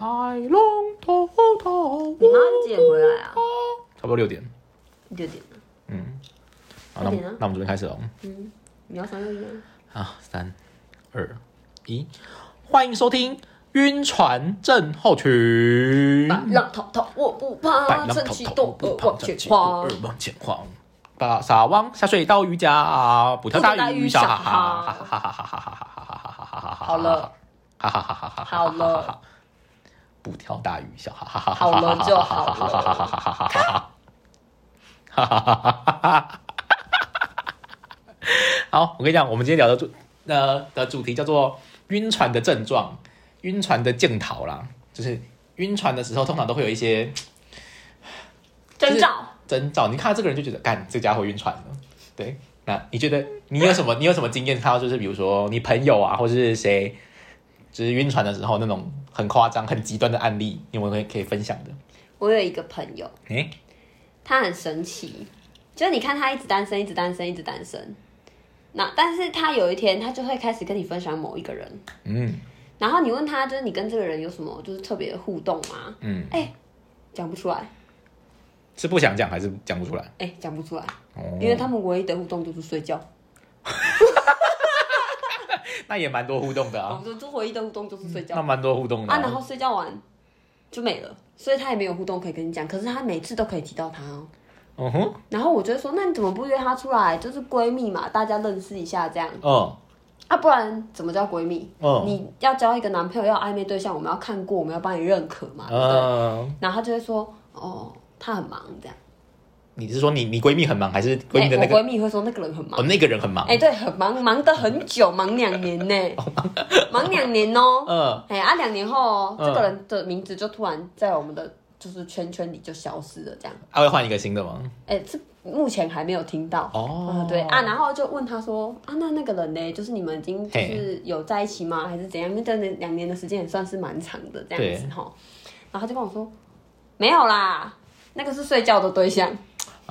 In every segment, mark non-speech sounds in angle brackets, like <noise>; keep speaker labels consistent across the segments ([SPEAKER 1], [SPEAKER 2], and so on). [SPEAKER 1] 白龙头头，
[SPEAKER 2] 你妈几点回来啊？
[SPEAKER 1] 差不多六点。
[SPEAKER 2] 六点。
[SPEAKER 1] 嗯，好，那我
[SPEAKER 2] 快点啊
[SPEAKER 1] 们那我们准备开始喽。
[SPEAKER 2] 嗯，你要三个一啊？
[SPEAKER 1] 啊，三、二、一，欢迎收听《晕船症候群
[SPEAKER 2] 白》。浪滔滔，我不怕，
[SPEAKER 1] 浪
[SPEAKER 2] 撑
[SPEAKER 1] 头
[SPEAKER 2] 起
[SPEAKER 1] 头
[SPEAKER 2] 肚
[SPEAKER 1] 不
[SPEAKER 2] 儿
[SPEAKER 1] 胖，
[SPEAKER 2] 往
[SPEAKER 1] 站
[SPEAKER 2] 前
[SPEAKER 1] 起肚
[SPEAKER 2] 跨
[SPEAKER 1] 儿。往前晃。把撒网下水到渔家，捕条大鱼小哈哈哈哈哈哈哈哈哈哈哈哈哈哈哈。
[SPEAKER 2] 好了，
[SPEAKER 1] 哈哈哈哈哈哈。
[SPEAKER 2] 好了，
[SPEAKER 1] 捕条大鱼小哈哈哈哈。
[SPEAKER 2] 好了就好
[SPEAKER 1] 哈哈哈哈
[SPEAKER 2] 了。
[SPEAKER 1] 哈哈哈哈。哈哈哈哈哈哈。好，我跟你讲，我们今天聊的主呃的主题叫做晕船的症状，晕船的镜头啦，就是晕船的时候，通常都会有一些。
[SPEAKER 2] 征兆，
[SPEAKER 1] 征兆，你看到这个人就觉得，干这家伙晕船了。对，那你觉得你有什么？你有什么经验？看到就是比如说你朋友啊，或者是谁，就是晕船的时候那种很夸张、很极端的案例，你们可以可以分享的。
[SPEAKER 2] 我有一个朋友，
[SPEAKER 1] 哎、
[SPEAKER 2] 他很神奇，就是你看他一直单身，一直单身，一直单身。那但是他有一天，他就会开始跟你分享某一个人，
[SPEAKER 1] 嗯
[SPEAKER 2] 然后你问他，就是你跟这个人有什么就是特别的互动吗？
[SPEAKER 1] 嗯，
[SPEAKER 2] 讲不出来，
[SPEAKER 1] 是不想讲还是讲不出来？
[SPEAKER 2] 哎、讲不出来，
[SPEAKER 1] 哦，
[SPEAKER 2] 因为他们唯一的互动就是睡觉。
[SPEAKER 1] 那也蛮多互动的
[SPEAKER 2] 我
[SPEAKER 1] 啊，
[SPEAKER 2] 们就唯一的互动就是睡觉
[SPEAKER 1] 那蛮多互动的、
[SPEAKER 2] 啊，然后睡觉完就没了，所以他也没有互动可以跟你讲。可是他每次都可以提到他哦。
[SPEAKER 1] 嗯哼，
[SPEAKER 2] 然后我就会说，那你怎么不约她出来？就是闺蜜嘛，大家认识一下这样
[SPEAKER 1] 嗯
[SPEAKER 2] 啊，不然怎么叫闺蜜？
[SPEAKER 1] 嗯
[SPEAKER 2] 你要交一个男朋友，要暧昧对象，我们要看过，我们要帮你认可嘛，对不对？
[SPEAKER 1] 嗯，
[SPEAKER 2] 然后他就会说，哦，她很忙这样。
[SPEAKER 1] 你是说你你闺蜜很忙，还是闺蜜的
[SPEAKER 2] 哎
[SPEAKER 1] 那个
[SPEAKER 2] 我闺蜜会说那个人很忙
[SPEAKER 1] 哦。哦那个人很忙？
[SPEAKER 2] 哎、对，很忙，忙得很久，忙两年呢， <laughs> 忙两年哦、
[SPEAKER 1] 嗯
[SPEAKER 2] 哎、啊，两年后哦、
[SPEAKER 1] 嗯
[SPEAKER 2] 这个人的名字就突然在我们的就是圈圈里就消失了，这样。
[SPEAKER 1] 还会换一个新的吗？
[SPEAKER 2] 哎、这目前还没有听到。
[SPEAKER 1] 哦
[SPEAKER 2] 嗯，对啊，然后就问他说啊，那那个人呢？就是你们已经就是有在一起吗？还是怎样？因为这两年的时间也算是蛮长的这样子
[SPEAKER 1] 对
[SPEAKER 2] 哈。然后他就跟我说没有啦，那个是睡觉的对象。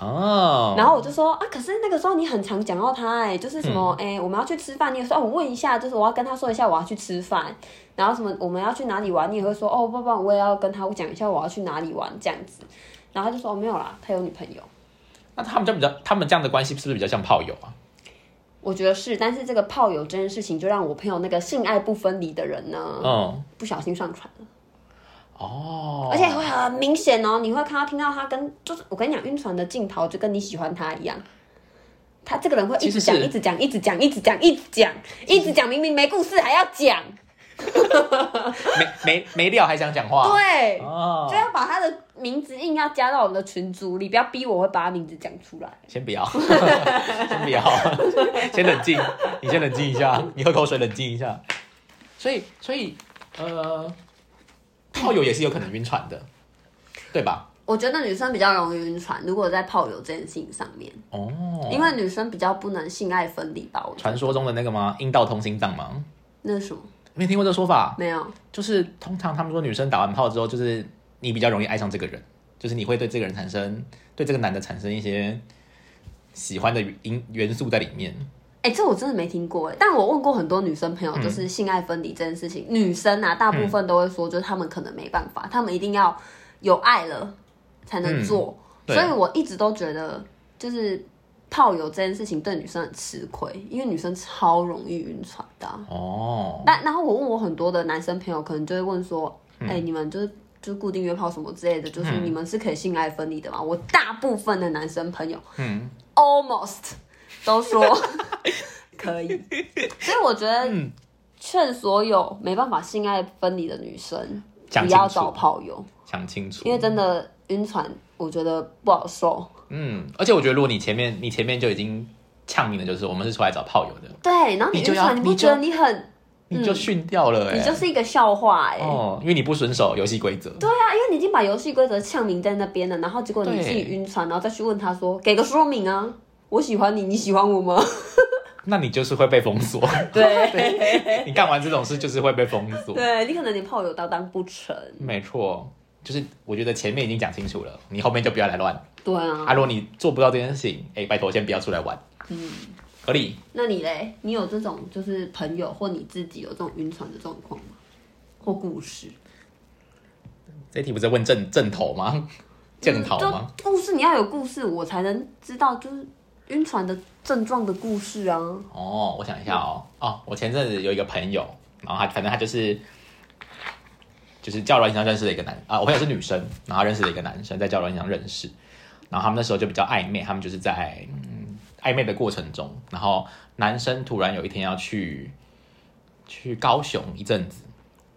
[SPEAKER 1] 哦，
[SPEAKER 2] 然后我就说啊，可是那个时候你很常讲到他哎、就是什么哎、我们要去吃饭，你也说、哦、我问一下，就是我要跟他说一下我要去吃饭，然后什么我们要去哪里玩，你也会说哦，爸爸我也要跟他讲一下我要去哪里玩这样子。然后他就说、哦、没有啦，他有女朋友。
[SPEAKER 1] 那他们就比较，他们这样的关系是不是比较像炮友啊？
[SPEAKER 2] 我觉得是，但是这个炮友这件事情，就让我朋友那个性爱不分离的人呢，
[SPEAKER 1] 嗯，
[SPEAKER 2] 不小心上船了，
[SPEAKER 1] 哦，
[SPEAKER 2] 而且会很明显哦，你会看到听到他跟，就是我跟你讲，晕船的镜头就跟你喜欢他一样，他这个人会一直讲，
[SPEAKER 1] 其实是
[SPEAKER 2] 一直讲，一直讲，一直讲，一直讲，一直讲，明明没故事还要讲，
[SPEAKER 1] 没没没料还想讲话，
[SPEAKER 2] 对，
[SPEAKER 1] 哦
[SPEAKER 2] 就，要把他的名字硬要加到我们的群组里，不要逼我会把他名字讲出来。
[SPEAKER 1] 先不要， <laughs> 先不要，先冷静，你先冷静一下，你喝口水冷静一下。所以，所以，呃，炮友也是有可能晕船的，对吧？
[SPEAKER 2] 我觉得女生比较容易晕船，如果在炮友这件事情上面，
[SPEAKER 1] 哦，
[SPEAKER 2] 因为女生比较不能性爱分离吧，我觉得
[SPEAKER 1] 传说中的那个吗？阴道通心脏吗？
[SPEAKER 2] 那是什么？
[SPEAKER 1] 没听过这说法，
[SPEAKER 2] 没有，
[SPEAKER 1] 就是通常他们说女生打完炮之后，就是你比较容易爱上这个人，就是你会对这个人产生对这个男的产生一些喜欢的因元素在里面。
[SPEAKER 2] 哎、这我真的没听过哎。但我问过很多女生朋友，就是性爱分离这件事情，女生啊，大部分都会说，就是她们可能没办法，她们一定要有爱了才能做。
[SPEAKER 1] 对
[SPEAKER 2] 所以我一直都觉得，就是炮友这件事情对女生很吃亏，因为女生超容易晕船的啊、
[SPEAKER 1] 哦，
[SPEAKER 2] 那然后我问我很多的男生朋友，可能就会问说，哎、你们就是。就是固定约炮什么之类的，就是你们是可以性爱分离的嘛？我大部分的男生朋友
[SPEAKER 1] 嗯，
[SPEAKER 2] almost 都 <laughs> 说可以， <laughs> 所以我觉得劝所有没办法性爱分离的女生
[SPEAKER 1] 讲
[SPEAKER 2] 不
[SPEAKER 1] 清
[SPEAKER 2] 要
[SPEAKER 1] 楚
[SPEAKER 2] 找炮友，
[SPEAKER 1] 想清楚
[SPEAKER 2] 因。为真的晕船，我觉得不好受。
[SPEAKER 1] 嗯，而且我觉得如果你前面你前面就已经呛明了，就是我们是出来找炮友的，
[SPEAKER 2] 对，然后
[SPEAKER 1] 你
[SPEAKER 2] 你
[SPEAKER 1] 就
[SPEAKER 2] 晕
[SPEAKER 1] 要
[SPEAKER 2] 船，你不
[SPEAKER 1] 你就
[SPEAKER 2] 觉得你很，
[SPEAKER 1] 你就训掉了、欸，
[SPEAKER 2] 嗯你就是一个笑话哎、
[SPEAKER 1] 哦，因为你不遵守游戏规则。
[SPEAKER 2] 对啊，因为你已经把游戏规则呛明在那边了，然后结果你
[SPEAKER 1] 对
[SPEAKER 2] 自己晕船，然后再去问他说，给个说明啊，我喜欢你，你喜欢我吗？
[SPEAKER 1] 那你就是会被封锁。 <laughs>
[SPEAKER 2] 对，
[SPEAKER 1] 你干完这种事就是会被封锁。
[SPEAKER 2] 对你可能连炮友都当不成。
[SPEAKER 1] 嗯没错，就是我觉得前面已经讲清楚了，你后面就不要来乱。
[SPEAKER 2] 对啊，
[SPEAKER 1] 啊，如果你做不到这件事情，哎、拜托先不要出来玩。嗯，合理。
[SPEAKER 2] 那你嘞？你有这种就是朋友或你自己有这种晕船的状况吗？或故事？
[SPEAKER 1] 这一题不是问正正头吗？嗯正头
[SPEAKER 2] 嗯就
[SPEAKER 1] 吗？
[SPEAKER 2] 故事你要有故事，我才能知道就是晕船的症状的故事啊。
[SPEAKER 1] 哦，我想一下哦，哦，我前阵子有一个朋友，然后他反正他就是就是交友软件上认识了一个男啊，我朋友是女生，然后他认识了一个男生，在交友软件上认识，然后他们那时候就比较暧昧，他们就是在嗯暧昧的过程中，然后男生突然有一天要去去高雄一阵子，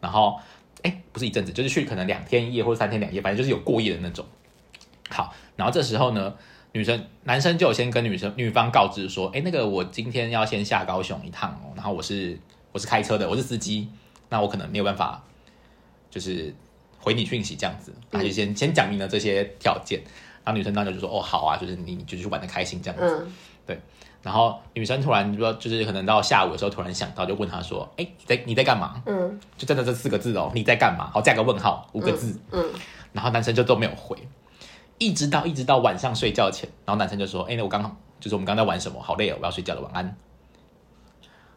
[SPEAKER 1] 然后哎不是一阵子，就是去可能两天一夜或者三天两夜，反正就是有过夜的那种。好，然后这时候呢，女生男生就有先跟女生女方告知说，哎，那个我今天要先下高雄一趟哦，然后我是我是开车的，我是司机，那我可能没有办法，就是回你讯息这样子，他就先、先讲明了这些条件，然后女生当时就说，哦，好啊，就是你你就去玩的开心这样子，
[SPEAKER 2] 嗯，
[SPEAKER 1] 然后女生突然说，就是可能到下午的时候突然想到，就问他说，哎，你在你在干嘛？
[SPEAKER 2] 嗯
[SPEAKER 1] 就真的这四个字哦，你在干嘛？好，加个问号，五个字，
[SPEAKER 2] 嗯，
[SPEAKER 1] 然后男生就都没有回，一直到一直到晚上睡觉前，然后男生就说：“哎、那我刚就是我们刚刚在玩什么？好累哦，我要睡觉了，晚安。”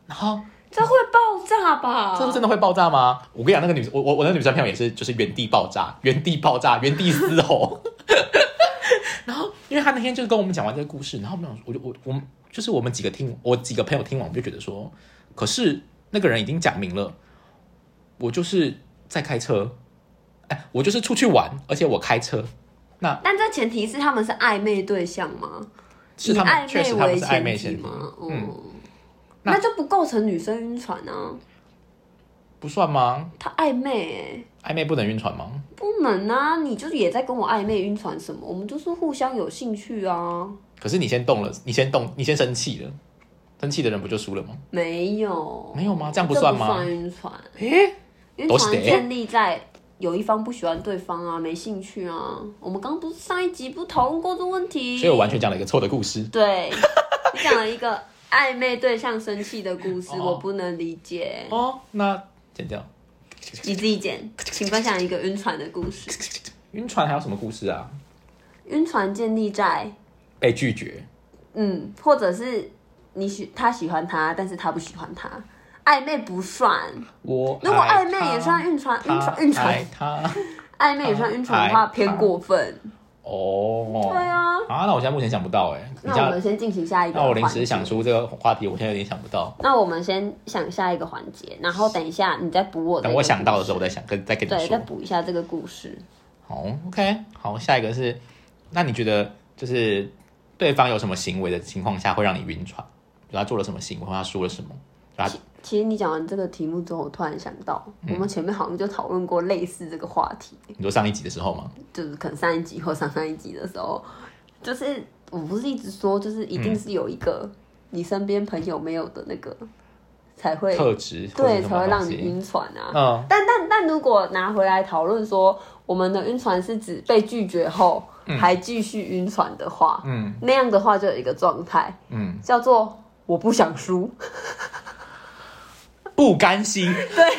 [SPEAKER 1] 然后
[SPEAKER 2] 这会爆炸吧？
[SPEAKER 1] 这真的会爆炸吗？我跟你讲，那个女我我我那个女生朋友也是，就是原地爆炸，原地爆炸，原地嘶吼。 <laughs> 然后，因为他那天就是跟我们讲完这个故事，然后我们想，我就我我们就是我们几个听我几个朋友听完，我们就觉得说，可是那个人已经讲明了，我就是在开车，哎，我就是出去玩，而且我开车，
[SPEAKER 2] 但这前提是他们是暧昧对象吗？
[SPEAKER 1] 是
[SPEAKER 2] 以
[SPEAKER 1] 他们
[SPEAKER 2] 暧
[SPEAKER 1] 确实
[SPEAKER 2] 昧
[SPEAKER 1] 他们
[SPEAKER 2] 为
[SPEAKER 1] 是暧昧前
[SPEAKER 2] 前提
[SPEAKER 1] 提，
[SPEAKER 2] 吗？
[SPEAKER 1] 嗯
[SPEAKER 2] 哦，那就不构成女生晕船啊，
[SPEAKER 1] 不算吗？
[SPEAKER 2] 他暧昧哎。
[SPEAKER 1] 暧昧不能晕船吗？
[SPEAKER 2] 不能啊！你就是也在跟我暧昧晕船什么？我们就是互相有兴趣啊。
[SPEAKER 1] 可是你先动了，你先动，你先生气了，生气的人不就输了吗？
[SPEAKER 2] 没有，
[SPEAKER 1] 没有吗这样
[SPEAKER 2] 不
[SPEAKER 1] 不算吗
[SPEAKER 2] 算晕船，
[SPEAKER 1] 诶、
[SPEAKER 2] 晕
[SPEAKER 1] 都是
[SPEAKER 2] 船
[SPEAKER 1] 的
[SPEAKER 2] 建立在有一方不喜欢对方啊，没兴趣啊。我们刚刚不是上一集不是讨论过这问题？
[SPEAKER 1] 所以我完全讲了一个错的故事。
[SPEAKER 2] 对，你讲了一个暧昧对象生气的故事，
[SPEAKER 1] <laughs> 哦
[SPEAKER 2] 我不能理解。
[SPEAKER 1] 哦，那剪掉。
[SPEAKER 2] 你自己剪，请分享一个晕船的故事。
[SPEAKER 1] 晕船还有什么故事啊？
[SPEAKER 2] 晕船建立在
[SPEAKER 1] 被拒绝，
[SPEAKER 2] 嗯，或者是你喜他喜欢他，但是他不喜欢他，暧昧不算。
[SPEAKER 1] 我
[SPEAKER 2] 如果
[SPEAKER 1] 爱
[SPEAKER 2] 暧昧
[SPEAKER 1] 他
[SPEAKER 2] 也算晕船，
[SPEAKER 1] 哎他哎
[SPEAKER 2] 晕船晕
[SPEAKER 1] 爱
[SPEAKER 2] 船，
[SPEAKER 1] 他
[SPEAKER 2] 暧昧也算晕船的话
[SPEAKER 1] 爱
[SPEAKER 2] 偏过分。
[SPEAKER 1] 哦，
[SPEAKER 2] 对啊
[SPEAKER 1] 啊，那我现在目前想不到哎、你这
[SPEAKER 2] 那我
[SPEAKER 1] 样，
[SPEAKER 2] 们先进行下一个。
[SPEAKER 1] 那我临时想。出这个话题，我现在有点想不到。
[SPEAKER 2] 那我们先想下一个环节，然后等一下你再补我。
[SPEAKER 1] 等我想到的时候，我，再想跟再跟你
[SPEAKER 2] 对，再
[SPEAKER 1] 说。
[SPEAKER 2] 补一下这个故事。
[SPEAKER 1] 好，OK，好，下一个是，那你觉得就是对方有什么行为的情况下会让你晕船？比如他做了什么行为，或他说了什么？然后
[SPEAKER 2] 其实你讲完这个题目之后，我突然想到，
[SPEAKER 1] 嗯
[SPEAKER 2] 我们前面好像就讨论过类似这个话题，
[SPEAKER 1] 他你说上一集的时候吗？
[SPEAKER 2] 就是可能上一集或上上一集的时候，就是我不是一直说，就是一
[SPEAKER 1] 嗯
[SPEAKER 2] 定是有一个你身边朋友没有的那个才会
[SPEAKER 1] 特质或者
[SPEAKER 2] 对
[SPEAKER 1] 是什
[SPEAKER 2] 才
[SPEAKER 1] 么
[SPEAKER 2] 会
[SPEAKER 1] 东
[SPEAKER 2] 让你
[SPEAKER 1] 西？
[SPEAKER 2] 晕船啊。
[SPEAKER 1] 嗯，
[SPEAKER 2] 但但但如果拿回来讨论说，我们的晕船是指被拒绝后、还继续晕船的话，
[SPEAKER 1] 嗯
[SPEAKER 2] 那样的话就有一个状态
[SPEAKER 1] 嗯，
[SPEAKER 2] 叫做我不想输。 <laughs>
[SPEAKER 1] 不甘心，
[SPEAKER 2] 对，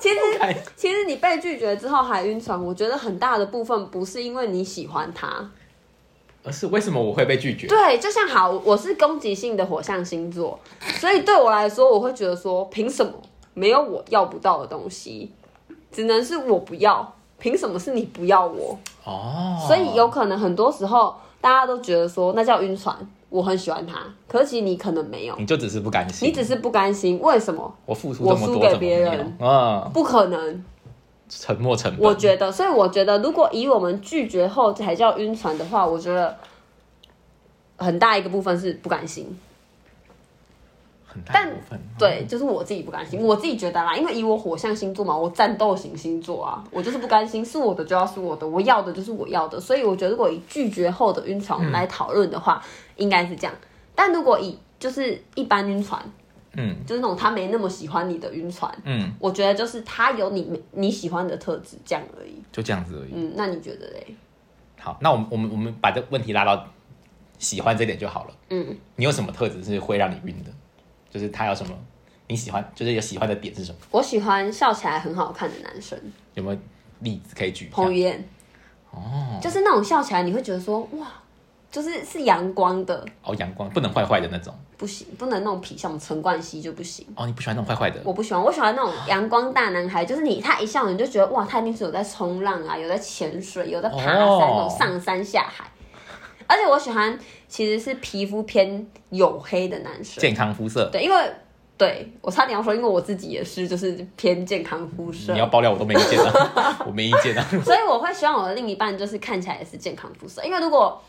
[SPEAKER 2] 其实
[SPEAKER 1] 不甘心
[SPEAKER 2] 其实你被拒绝之后还晕船，我觉得很大的部分不是因为你喜欢他，
[SPEAKER 1] <laughs> 而是为什么我会被拒绝？
[SPEAKER 2] 对，就像好，我是攻击性的火象星座，所以对我来说，我会觉得说，凭什么没有我要不到的东西，只能是我不要，凭什么是你不要我？
[SPEAKER 1] 哦，
[SPEAKER 2] 所以有可能很多时候大家都觉得说那叫晕船，我很喜欢他，可是其实你可能没有，
[SPEAKER 1] 你就只是不甘心，
[SPEAKER 2] 你只是不甘心，为什么？
[SPEAKER 1] 我付出
[SPEAKER 2] 我
[SPEAKER 1] 这么
[SPEAKER 2] 输
[SPEAKER 1] 多，
[SPEAKER 2] 给
[SPEAKER 1] 怎么
[SPEAKER 2] 别
[SPEAKER 1] 没有
[SPEAKER 2] 人？
[SPEAKER 1] 嗯，
[SPEAKER 2] 不可能，
[SPEAKER 1] 沉默成本，
[SPEAKER 2] 我觉得，所以我觉得，如果以我们拒绝后才叫晕船的话，我觉得很大一个部分是不甘心。
[SPEAKER 1] 很大
[SPEAKER 2] 但
[SPEAKER 1] 一部分，
[SPEAKER 2] 对，就是我自己不甘心，我自己觉得啦，因为以我火象星座嘛，我战斗型星座啊，我就是不甘心，是我的就要是我的，我要的就是我要的，所以我觉得如果以拒绝后的晕船我们来讨论的话，应该是这样。但如果以就是一般晕船，
[SPEAKER 1] 嗯
[SPEAKER 2] 就是那种他没那么喜欢你的晕船，
[SPEAKER 1] 嗯，
[SPEAKER 2] 我觉得就是他有你没你喜欢的特质，这样而已。
[SPEAKER 1] 就这样子而已。
[SPEAKER 2] 嗯，那你觉得嘞？
[SPEAKER 1] 好，那我们我们我们把这问题拉到喜欢这点就好了。
[SPEAKER 2] 嗯，
[SPEAKER 1] 你有什么特质是会让你晕的？就是他有什么你喜欢，就是有喜欢的点是什么？
[SPEAKER 2] 我喜欢笑起来很好看的男生，
[SPEAKER 1] 有没有例子可以举一下？
[SPEAKER 2] 彭于晏，
[SPEAKER 1] 哦
[SPEAKER 2] 就是那种笑起来你会觉得说哇，就是是阳光的，
[SPEAKER 1] 哦，阳光不能坏坏的那种，
[SPEAKER 2] 不不行，不能那种痞，像我们陈冠希就不行。
[SPEAKER 1] 哦，你不喜欢那种坏坏的，
[SPEAKER 2] 我不喜欢，我喜欢那种阳光大男孩，就是你他一笑你就觉得哇，他一定是有在冲浪啊，有在潜水，有在爬山，
[SPEAKER 1] 哦
[SPEAKER 2] 那种上山下海。而且我喜欢其实是皮肤偏黝黑的男生，
[SPEAKER 1] 健康肤色。
[SPEAKER 2] 对，因为对我差点要说，因为我自己也是就是偏健康肤色
[SPEAKER 1] 你，要爆料我都没意见啊，
[SPEAKER 2] <laughs>
[SPEAKER 1] 我没意见 <laughs> 啊。
[SPEAKER 2] 所以我会希望我的另一半就是看起来也是健康肤色，因为如果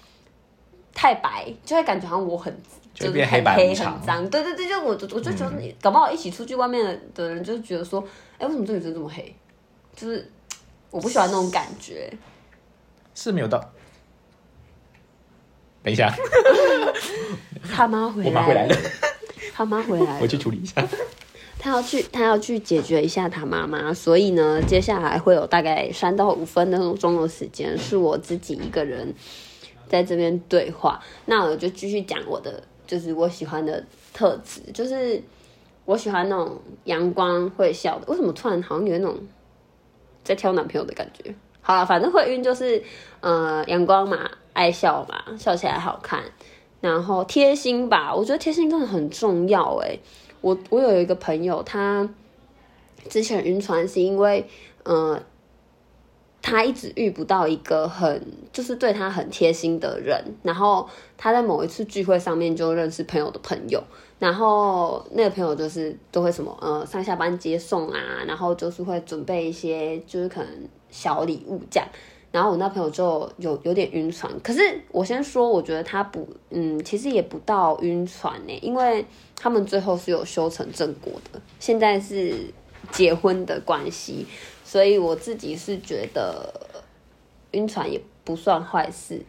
[SPEAKER 2] 太白就会感觉好像我很
[SPEAKER 1] 就会
[SPEAKER 2] 是
[SPEAKER 1] 变
[SPEAKER 2] 很
[SPEAKER 1] 黑白
[SPEAKER 2] 黑
[SPEAKER 1] 无
[SPEAKER 2] 很
[SPEAKER 1] 常嗯
[SPEAKER 2] 脏，对对对，就我我就觉得你，搞不好一起出去外面的的人就觉得说，哎、为什么这女生这么黑？就是我不喜欢那种感
[SPEAKER 1] <laughs>
[SPEAKER 2] 觉，
[SPEAKER 1] 是没有到。等一下， <laughs>
[SPEAKER 2] 他妈回
[SPEAKER 1] 我马回来 <laughs> 了，
[SPEAKER 2] 他妈回来
[SPEAKER 1] 我
[SPEAKER 2] 了，
[SPEAKER 1] 去处理一下。
[SPEAKER 2] 他要去他要去解决一下他妈妈，所以呢，接下来会有大概三到五分钟的时间是我自己一个人在这边对话，那我就继续讲我的，就是我喜欢的特质，就是我喜欢那种阳光会笑的。为什么突然好像有一种在挑男朋友的感觉？好了，反正会晕就是呃阳光嘛，爱笑嘛，笑起来好看，然后贴心吧，我觉得贴心真的很重要哎、我我有一个朋友，他之前晕船是因为呃他一直遇不到一个很就是对他很贴心的人，然后他在某一次聚会上面就认识朋友的朋友，然后那个朋友就是都会什么呃上下班接送啊，然后就是会准备一些就是可能小礼物这样。然后我那朋友就有有点晕船，可是我先说，我觉得他不，嗯，其实也不到晕船呢、因为他们最后是有修成正果的，现在是结婚的关系，所以我自己是觉得呃晕船也不算坏事，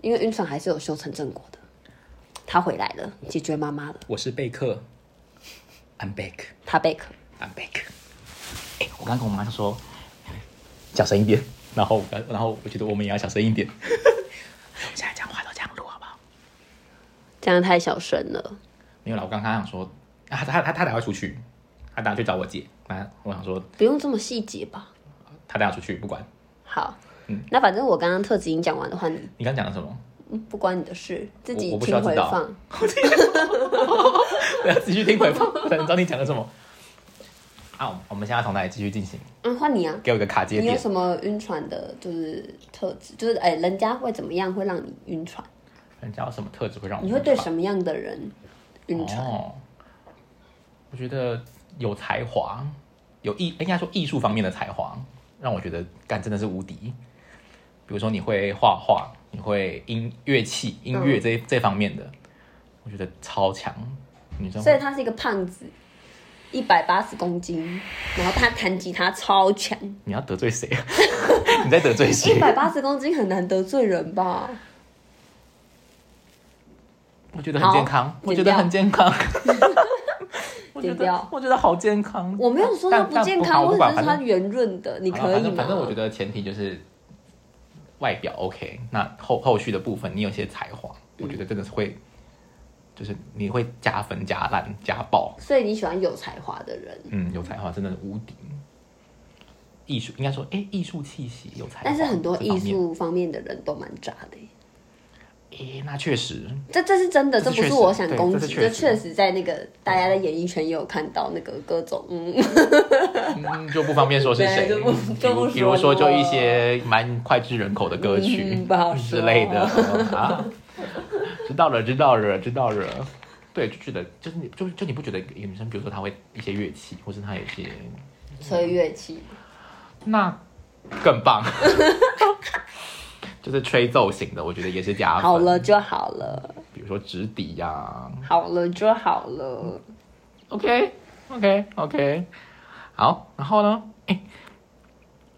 [SPEAKER 2] 因为晕船还是有修成正果的。他回来了，解决妈妈了，
[SPEAKER 1] <laughs> 我是贝克，I'm back，I'm
[SPEAKER 2] 他贝壳。
[SPEAKER 1] back。哎、我刚跟我妈说，小声一点，然后我刚，然后我觉得我们也要小声一点。 <laughs> 我现在讲话都这样录好不好？
[SPEAKER 2] 这样太小声了。
[SPEAKER 1] 没有啦，我刚刚想说，啊他他他他等下会出去，他等下去找我姐。那我想说，
[SPEAKER 2] 不用这么细节吧？
[SPEAKER 1] 他等下出去，不管
[SPEAKER 2] 好，那反正我刚刚特质已经讲完的话，你
[SPEAKER 1] 你刚讲了什么， <laughs>
[SPEAKER 2] 嗯不关你的事，自己
[SPEAKER 1] 我不需
[SPEAKER 2] 听
[SPEAKER 1] 要
[SPEAKER 2] 回
[SPEAKER 1] 知道
[SPEAKER 2] 放。
[SPEAKER 1] 不要继续听回放， <laughs> 不然你知道你讲了什么。啊，我我们现在从哪里继续进行？
[SPEAKER 2] 嗯，换你啊。
[SPEAKER 1] 给我一个卡接
[SPEAKER 2] 你有
[SPEAKER 1] 点。
[SPEAKER 2] 什么晕船的，就是特质，就是哎、人家会怎么样会让你晕船？
[SPEAKER 1] 人家有什么特质会让我
[SPEAKER 2] 你会对
[SPEAKER 1] 么
[SPEAKER 2] 什么样的人晕船？
[SPEAKER 1] 哦，我觉得有才华，有艺，应该说艺术方面的才华，让我觉得干真的是无敌。比如说你会画画，你会音乐器、音
[SPEAKER 2] 嗯
[SPEAKER 1] 乐这、这方面的，我觉得超强。女生
[SPEAKER 2] 所以
[SPEAKER 1] 会
[SPEAKER 2] 他是一个胖子，一百八十公斤，然后他弹吉他超强，
[SPEAKER 1] <laughs> 你要得罪谁啊？ <laughs> 你在得罪谁
[SPEAKER 2] 一？百八十公斤很难得罪人吧？
[SPEAKER 1] 我觉得很健康
[SPEAKER 2] 好，
[SPEAKER 1] 我觉得很健
[SPEAKER 2] <laughs>
[SPEAKER 1] 康。我觉
[SPEAKER 2] 剪
[SPEAKER 1] 得
[SPEAKER 2] 掉
[SPEAKER 1] 我觉得好健康。
[SPEAKER 2] 我没有说他
[SPEAKER 1] 但
[SPEAKER 2] 不
[SPEAKER 1] 但
[SPEAKER 2] 健
[SPEAKER 1] 不
[SPEAKER 2] 康，
[SPEAKER 1] 好
[SPEAKER 2] 我
[SPEAKER 1] 不
[SPEAKER 2] 只
[SPEAKER 1] 管
[SPEAKER 2] 是说
[SPEAKER 1] 反
[SPEAKER 2] 他圆润的，你
[SPEAKER 1] 好
[SPEAKER 2] 可
[SPEAKER 1] 了反
[SPEAKER 2] 以吗？
[SPEAKER 1] 正反正我觉得前提就是外表 OK，那后后续的部分你有些才华，
[SPEAKER 2] 嗯
[SPEAKER 1] 我觉得真的是会，就是你会加分加烂加爆，
[SPEAKER 2] 所以你喜欢有才华的人，
[SPEAKER 1] 嗯，有才华真的无敌。艺术应该说，哎、艺术气息有才华，
[SPEAKER 2] 但是很多
[SPEAKER 1] 这
[SPEAKER 2] 艺
[SPEAKER 1] 方面，
[SPEAKER 2] 术方面的人都蛮渣的耶。
[SPEAKER 1] 哎、那确实，
[SPEAKER 2] 这这是真的，
[SPEAKER 1] 这是
[SPEAKER 2] 这不
[SPEAKER 1] 确
[SPEAKER 2] 是
[SPEAKER 1] 实
[SPEAKER 2] 我想
[SPEAKER 1] 对
[SPEAKER 2] 攻
[SPEAKER 1] 这是
[SPEAKER 2] 击，
[SPEAKER 1] 确
[SPEAKER 2] 这
[SPEAKER 1] 实
[SPEAKER 2] 确实在那个大家在演艺圈也有看到那个各种嗯，
[SPEAKER 1] 嗯，就不方便说是谁，
[SPEAKER 2] 对就不
[SPEAKER 1] 比
[SPEAKER 2] 就不
[SPEAKER 1] 如比如
[SPEAKER 2] 说
[SPEAKER 1] 说
[SPEAKER 2] 了
[SPEAKER 1] 就一些蛮脍炙人口的歌曲、
[SPEAKER 2] 嗯不好说
[SPEAKER 1] 之类的啊， <laughs> 知道了，知道了，知道了。对，就觉得就是你就就你不觉得有女生，比如说她会一些乐器，或是她有一些，
[SPEAKER 2] 吹乐器，
[SPEAKER 1] 那更棒， <laughs> 就是吹奏型的，我觉得也是加分。
[SPEAKER 2] 好了，就好了，
[SPEAKER 1] 比如说直笛啊呀、
[SPEAKER 2] 好了就好了。
[SPEAKER 1] OK OK OK，好，然后呢？哎、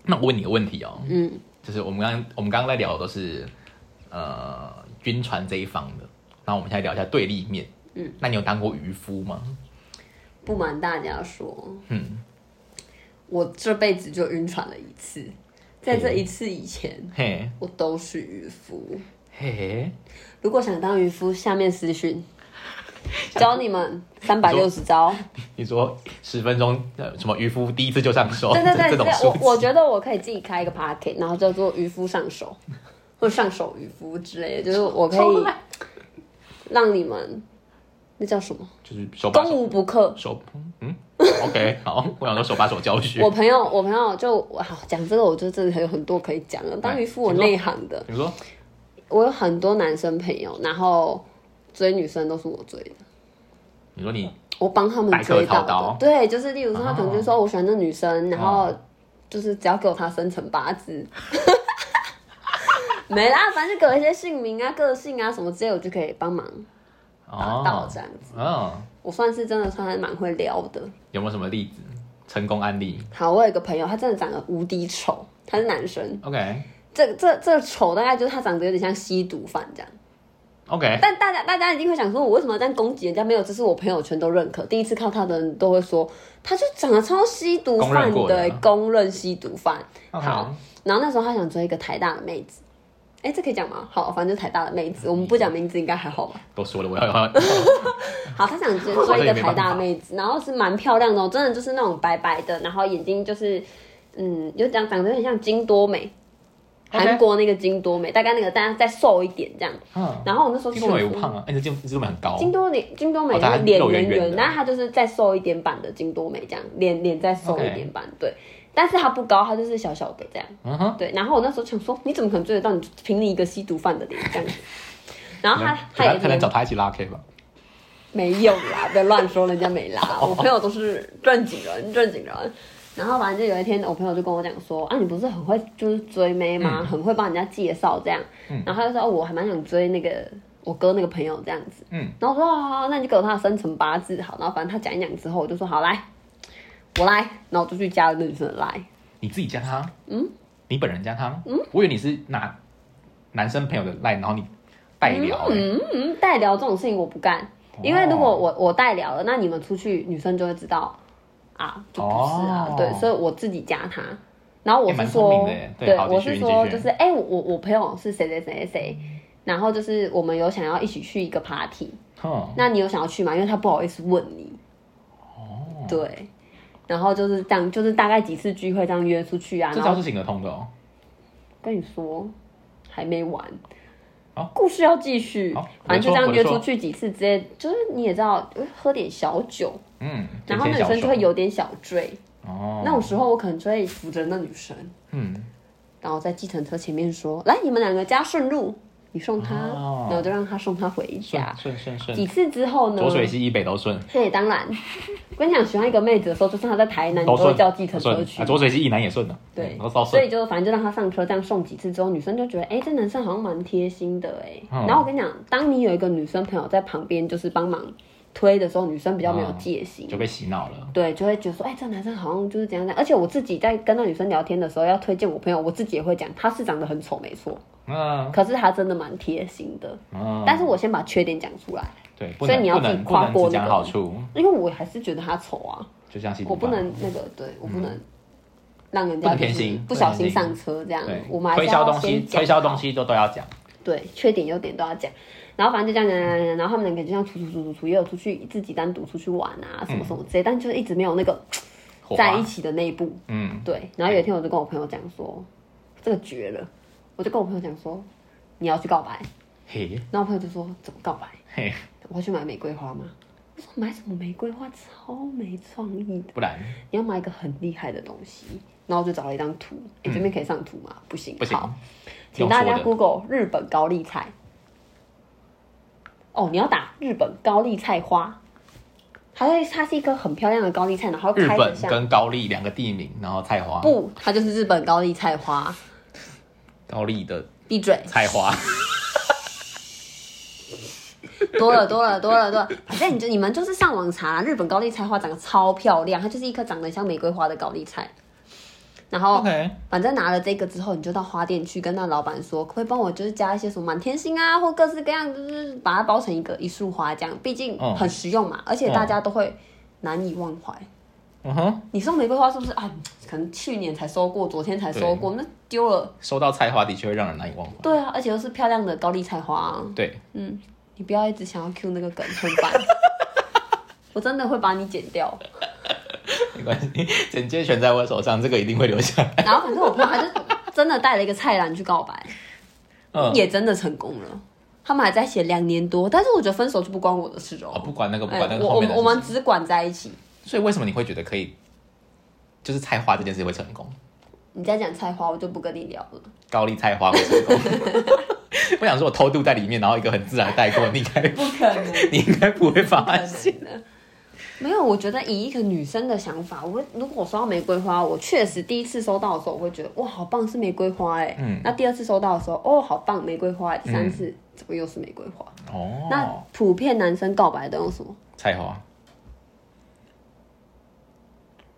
[SPEAKER 1] 那我问你个问题哦，
[SPEAKER 2] 嗯，
[SPEAKER 1] 就是我们刚我们刚刚在聊的都是呃晕船这一方的，那我们现在聊一下对立面。
[SPEAKER 2] 嗯，
[SPEAKER 1] 那你有当过渔夫吗？
[SPEAKER 2] 不瞒大家说，
[SPEAKER 1] 嗯，
[SPEAKER 2] 我这辈子就晕船了一次，在
[SPEAKER 1] 嗯
[SPEAKER 2] 这一次以前，
[SPEAKER 1] 嘿，
[SPEAKER 2] 我都是渔夫。
[SPEAKER 1] 嘿嘿，
[SPEAKER 2] 如果想当渔夫，下面
[SPEAKER 1] <laughs>
[SPEAKER 2] 私讯，教你们三百六十招。
[SPEAKER 1] 你说十分钟呃什么渔夫第一次就上手，
[SPEAKER 2] 对对对，
[SPEAKER 1] 哦这种
[SPEAKER 2] 对
[SPEAKER 1] 书
[SPEAKER 2] 我我觉得我可以自己开一个 pocket，然后叫做渔夫上手，或者上手渔夫之类的，就是我可以让你们那叫什么？
[SPEAKER 1] 就是手把
[SPEAKER 2] 攻
[SPEAKER 1] 手
[SPEAKER 2] 无不克。
[SPEAKER 1] 手，嗯，OK，好，我想说手把手教学
[SPEAKER 2] 我。朋友，我朋友就哇，讲这个，我就真的有很多可以讲了。当渔夫，我
[SPEAKER 1] 哎请说
[SPEAKER 2] 内行的，
[SPEAKER 1] 你说
[SPEAKER 2] 我有很多男生朋友，然后追女生都是我追的，
[SPEAKER 1] 你说你
[SPEAKER 2] 我帮他们追
[SPEAKER 1] 百科
[SPEAKER 2] 到
[SPEAKER 1] 操刀哦嗯
[SPEAKER 2] 的。对，就是例如说，他可能就说我喜欢这女生，然后就是只要给我她生辰八字， <laughs> 没啦，反正就给我一些姓名啊、个性啊什么之类，我就可以帮忙达到
[SPEAKER 1] 哦，
[SPEAKER 2] 这样子。
[SPEAKER 1] 嗯，
[SPEAKER 2] 我算是真的算还蛮会撩的。
[SPEAKER 1] 有没有什么例子成功案例
[SPEAKER 2] 好，我有一个朋友，他真的长得无敌丑，他是男生，
[SPEAKER 1] ？OK
[SPEAKER 2] 这这这丑大概就是他长得有点像吸毒犯这样。
[SPEAKER 1] OK，
[SPEAKER 2] 但大家大家一定会想说，我为什么要这样攻击人家？没有，这是我朋友圈都认可。第一次看到他的人都会说，他就长得超吸毒
[SPEAKER 1] 公
[SPEAKER 2] 犯
[SPEAKER 1] 认过的啊
[SPEAKER 2] 公认吸毒犯。
[SPEAKER 1] 好，
[SPEAKER 2] 然后那时候他想追一个台大的妹子，哎，这可以讲吗？好，反正就台大的妹子，我们不讲名字应该还好吧？
[SPEAKER 1] 都说了，我要要要
[SPEAKER 2] 好，他想追追一个台大妹子，然后是蛮漂亮的、哦，真的就是那种白白的，然后眼睛就是，嗯，就长长得有点像金多美，
[SPEAKER 1] OK
[SPEAKER 2] 韩国那个金多美，大概那个但再瘦一点这样。
[SPEAKER 1] 嗯，
[SPEAKER 2] 然后我那时候
[SPEAKER 1] 金多美
[SPEAKER 2] 去
[SPEAKER 1] 不胖啊，哎，你这金金多美很高，
[SPEAKER 2] 金多美，金多美
[SPEAKER 1] 哦它
[SPEAKER 2] 就是脸
[SPEAKER 1] 肉圆
[SPEAKER 2] 圆
[SPEAKER 1] 圆的
[SPEAKER 2] 圆，那她就是再瘦一点版的金多美这样，脸脸再瘦
[SPEAKER 1] OK
[SPEAKER 2] 一点版对。但是她不高，她就是小小的这样，
[SPEAKER 1] 嗯哼，
[SPEAKER 2] 对。然后我那时候想说，你怎么可能追得到？你就凭你一个吸毒犯的脸这样子。然后
[SPEAKER 1] 可 <laughs>
[SPEAKER 2] 她
[SPEAKER 1] 能
[SPEAKER 2] 她也
[SPEAKER 1] 可能
[SPEAKER 2] 连
[SPEAKER 1] 找他一起拉 K 吧。
[SPEAKER 2] 没有啦，别乱说，人家没啦。我朋友都是正经人，正经人。然后反正就有一天，我朋友就跟我讲说，啊，你不是很会就是追妹吗？很会帮人家介绍这样。然后他就说，哦，我还蛮想追那个我哥那个朋友这样子。
[SPEAKER 1] 嗯。
[SPEAKER 2] 然后我说，哦，好好那你就给我他的生辰八字好。然后反正他讲一讲之后，我就说好来，我来。然后我就去加了那女生的来。
[SPEAKER 1] 你自己加他？嗯，你本人加他？嗯，我以为你是拿男生朋友的赖，然后你代聊、欸。
[SPEAKER 2] 嗯嗯，代聊这种事情我不干，因为如
[SPEAKER 1] 哦
[SPEAKER 2] 果我我代聊了，那你们出去女生就会知道啊，就不是啊，
[SPEAKER 1] 哦
[SPEAKER 2] 对，所以我自己加他。然后我
[SPEAKER 1] 也
[SPEAKER 2] 是
[SPEAKER 1] 蛮聪
[SPEAKER 2] 说
[SPEAKER 1] 明的耶，对
[SPEAKER 2] 对，
[SPEAKER 1] 好继
[SPEAKER 2] 我
[SPEAKER 1] 续
[SPEAKER 2] 是
[SPEAKER 1] 你
[SPEAKER 2] 说，
[SPEAKER 1] 继续
[SPEAKER 2] 就是哎、我我我朋友是谁谁谁谁谁，然后就是我们有想要一起去一个 party，
[SPEAKER 1] 哼，
[SPEAKER 2] 那你有想要去吗？因为他不好意思问你，
[SPEAKER 1] 哦，
[SPEAKER 2] 对，然后就是这样，就是大概几次聚会这样约出去啊，
[SPEAKER 1] 这
[SPEAKER 2] 然
[SPEAKER 1] 招
[SPEAKER 2] 后
[SPEAKER 1] 是行得通的哦。
[SPEAKER 2] 跟你说还没完
[SPEAKER 1] 好，
[SPEAKER 2] 故事要继续
[SPEAKER 1] 好，
[SPEAKER 2] 反正就这样
[SPEAKER 1] 我就
[SPEAKER 2] 约
[SPEAKER 1] 说
[SPEAKER 2] 出去几次之类，就是你也知道，呃喝点小酒，
[SPEAKER 1] 嗯，
[SPEAKER 2] 然后
[SPEAKER 1] 天
[SPEAKER 2] 女
[SPEAKER 1] 蝎小
[SPEAKER 2] 生就
[SPEAKER 1] 手
[SPEAKER 2] 会有点小醉。
[SPEAKER 1] 哦，
[SPEAKER 2] 那种时候我可能就会扶着那女生，
[SPEAKER 1] 嗯，
[SPEAKER 2] 然后在计程车前面说：“来，你们两个加顺路，你送她，
[SPEAKER 1] 哦
[SPEAKER 2] 然后就让她送她回家
[SPEAKER 1] 顺。顺顺”顺，
[SPEAKER 2] 几次之后呢
[SPEAKER 1] 左？水西以北都顺，
[SPEAKER 2] 嘿，当然， <laughs> 我跟你讲，喜欢一个妹子的时候，就算她在台南，你
[SPEAKER 1] 都
[SPEAKER 2] 都会
[SPEAKER 1] 顺
[SPEAKER 2] 叫计程车
[SPEAKER 1] 顺
[SPEAKER 2] 去
[SPEAKER 1] 啊，。左水西以南也顺的，
[SPEAKER 2] 对
[SPEAKER 1] 嗯都都
[SPEAKER 2] 所
[SPEAKER 1] 顺。
[SPEAKER 2] 以就反正就让他上车，这样送几次之后，女生就觉得，哎、这男生好像蛮贴心的哎、
[SPEAKER 1] 嗯
[SPEAKER 2] 然后我跟你讲，当你有一个女生朋友在旁边，就是帮忙推的时候，女生比较没有戒心，
[SPEAKER 1] 就被洗脑了，
[SPEAKER 2] 对，就会觉得说，哎、这男生好像就是怎样怎样。而且我自己在跟那女生聊天的时候，要推荐我朋友，我自己也会讲，他是长得很丑没错，
[SPEAKER 1] 嗯
[SPEAKER 2] 可是他真的蛮贴心的。
[SPEAKER 1] 嗯，
[SPEAKER 2] 但是我先把缺点讲出来，
[SPEAKER 1] 对，不
[SPEAKER 2] 所以
[SPEAKER 1] 能
[SPEAKER 2] 你要
[SPEAKER 1] 不
[SPEAKER 2] 自己
[SPEAKER 1] 能不
[SPEAKER 2] 跨
[SPEAKER 1] 能
[SPEAKER 2] 过
[SPEAKER 1] 只
[SPEAKER 2] 那
[SPEAKER 1] 讲
[SPEAKER 2] 个
[SPEAKER 1] 好处，
[SPEAKER 2] 因为我还是觉得他丑啊，
[SPEAKER 1] 就像西毒
[SPEAKER 2] 我不
[SPEAKER 1] 吧嗯
[SPEAKER 2] 能那个，对我不能。让人家
[SPEAKER 1] 不能偏
[SPEAKER 2] 就是
[SPEAKER 1] 心
[SPEAKER 2] 不小
[SPEAKER 1] 不能偏心
[SPEAKER 2] 心上车这样
[SPEAKER 1] 对，
[SPEAKER 2] 我们还是
[SPEAKER 1] 推销
[SPEAKER 2] 要
[SPEAKER 1] 东西
[SPEAKER 2] 先讲
[SPEAKER 1] 推销
[SPEAKER 2] 好
[SPEAKER 1] 东西都都要讲，
[SPEAKER 2] 对，缺点优点都要讲。然后反正就这样讲讲讲讲，然后他们两个就这样出出出出出，也有出去自己单独出去玩啊，什么什么之类，但就是一直没有那个
[SPEAKER 1] 嗯火花
[SPEAKER 2] 在一起的那一步。
[SPEAKER 1] 嗯，
[SPEAKER 2] 对，然后有一天我就跟我朋友讲说，这个绝了，我就跟我朋友讲说，你要去告白。
[SPEAKER 1] 嘿
[SPEAKER 2] 然后我朋友就说，怎么告白？
[SPEAKER 1] 嘿，
[SPEAKER 2] 我要去买玫瑰花吗？我说买什么玫瑰花，超没创意的。
[SPEAKER 1] 不然
[SPEAKER 2] 你要买一个很厉害的东西，然后我就找了一张图，诶这边可以上图吗？不行，
[SPEAKER 1] 不行
[SPEAKER 2] 好，请
[SPEAKER 1] 用
[SPEAKER 2] 大
[SPEAKER 1] 说
[SPEAKER 2] 家
[SPEAKER 1] 的
[SPEAKER 2] Google 日本高丽菜。哦，你要打日本高丽菜花，它会它是一颗很漂亮的高丽菜，然后
[SPEAKER 1] 日
[SPEAKER 2] 开的
[SPEAKER 1] 本
[SPEAKER 2] 像
[SPEAKER 1] 跟高丽两个地名，然后菜花，
[SPEAKER 2] 不，它就是日本高丽菜花。
[SPEAKER 1] 高丽的
[SPEAKER 2] 闭嘴，
[SPEAKER 1] 菜花，
[SPEAKER 2] 多了多了多了多了，反正你就你们就是上网查，日本高丽菜花长得超漂亮，它就是一颗长得像玫瑰花的高丽菜。然后
[SPEAKER 1] <laughs> OK
[SPEAKER 2] 反正拿了这个之后，你就到花店去跟那老板说，可不可以帮我就是加一些什么满天星啊，或各式各样，就是把它包成一个一束花这样，毕竟
[SPEAKER 1] 嗯
[SPEAKER 2] 很实用嘛，而且大家都会难以忘怀。
[SPEAKER 1] 嗯哼，
[SPEAKER 2] 你送玫瑰花是不是啊？可能去年才收过，昨天才收过，那丢了。
[SPEAKER 1] 收到菜花的确会让人难以忘怀。
[SPEAKER 2] 对啊，而且又是漂亮的高丽菜花、啊。
[SPEAKER 1] 对，
[SPEAKER 2] 你不要一直想要 Q 那个梗，很烦。我真的会把你剪掉。
[SPEAKER 1] 没关系，简介权在我手上，这个一定会留下来。
[SPEAKER 2] 然后反正我朋友他就真的带了一个菜篮去告白，
[SPEAKER 1] 嗯，
[SPEAKER 2] 也真的成功了。他们还在一起两年多，但是我觉得分手就不关我的事
[SPEAKER 1] 哦，
[SPEAKER 2] 哦。
[SPEAKER 1] 不管那个，不
[SPEAKER 2] 哎
[SPEAKER 1] 管那个
[SPEAKER 2] 我
[SPEAKER 1] 后
[SPEAKER 2] 我
[SPEAKER 1] 面的
[SPEAKER 2] 们
[SPEAKER 1] 事
[SPEAKER 2] 我
[SPEAKER 1] 情。
[SPEAKER 2] 们只管在一起。
[SPEAKER 1] 所以为什么你会觉得可以，就是菜花这件事会成功，
[SPEAKER 2] 你再讲菜花，我就不跟你聊了。
[SPEAKER 1] 高丽菜花会成功？
[SPEAKER 2] <laughs>
[SPEAKER 1] 我想说，我偷渡在里面，然后一个很自然的带过，你应该
[SPEAKER 2] 不可能，
[SPEAKER 1] 你应该不会
[SPEAKER 2] 不可
[SPEAKER 1] 发现。<laughs>
[SPEAKER 2] 能的。没有，我觉得以一个女生的想法，我如果收到玫瑰花，我确实第一次收到的时候，我会觉得哇，好棒，是玫瑰花哎。
[SPEAKER 1] 嗯
[SPEAKER 2] 那第二次收到的时候，哦，好棒，玫瑰花。第三次、怎么又是玫瑰花？那
[SPEAKER 1] 哦，
[SPEAKER 2] 普遍男生告白都用什么？
[SPEAKER 1] 菜花，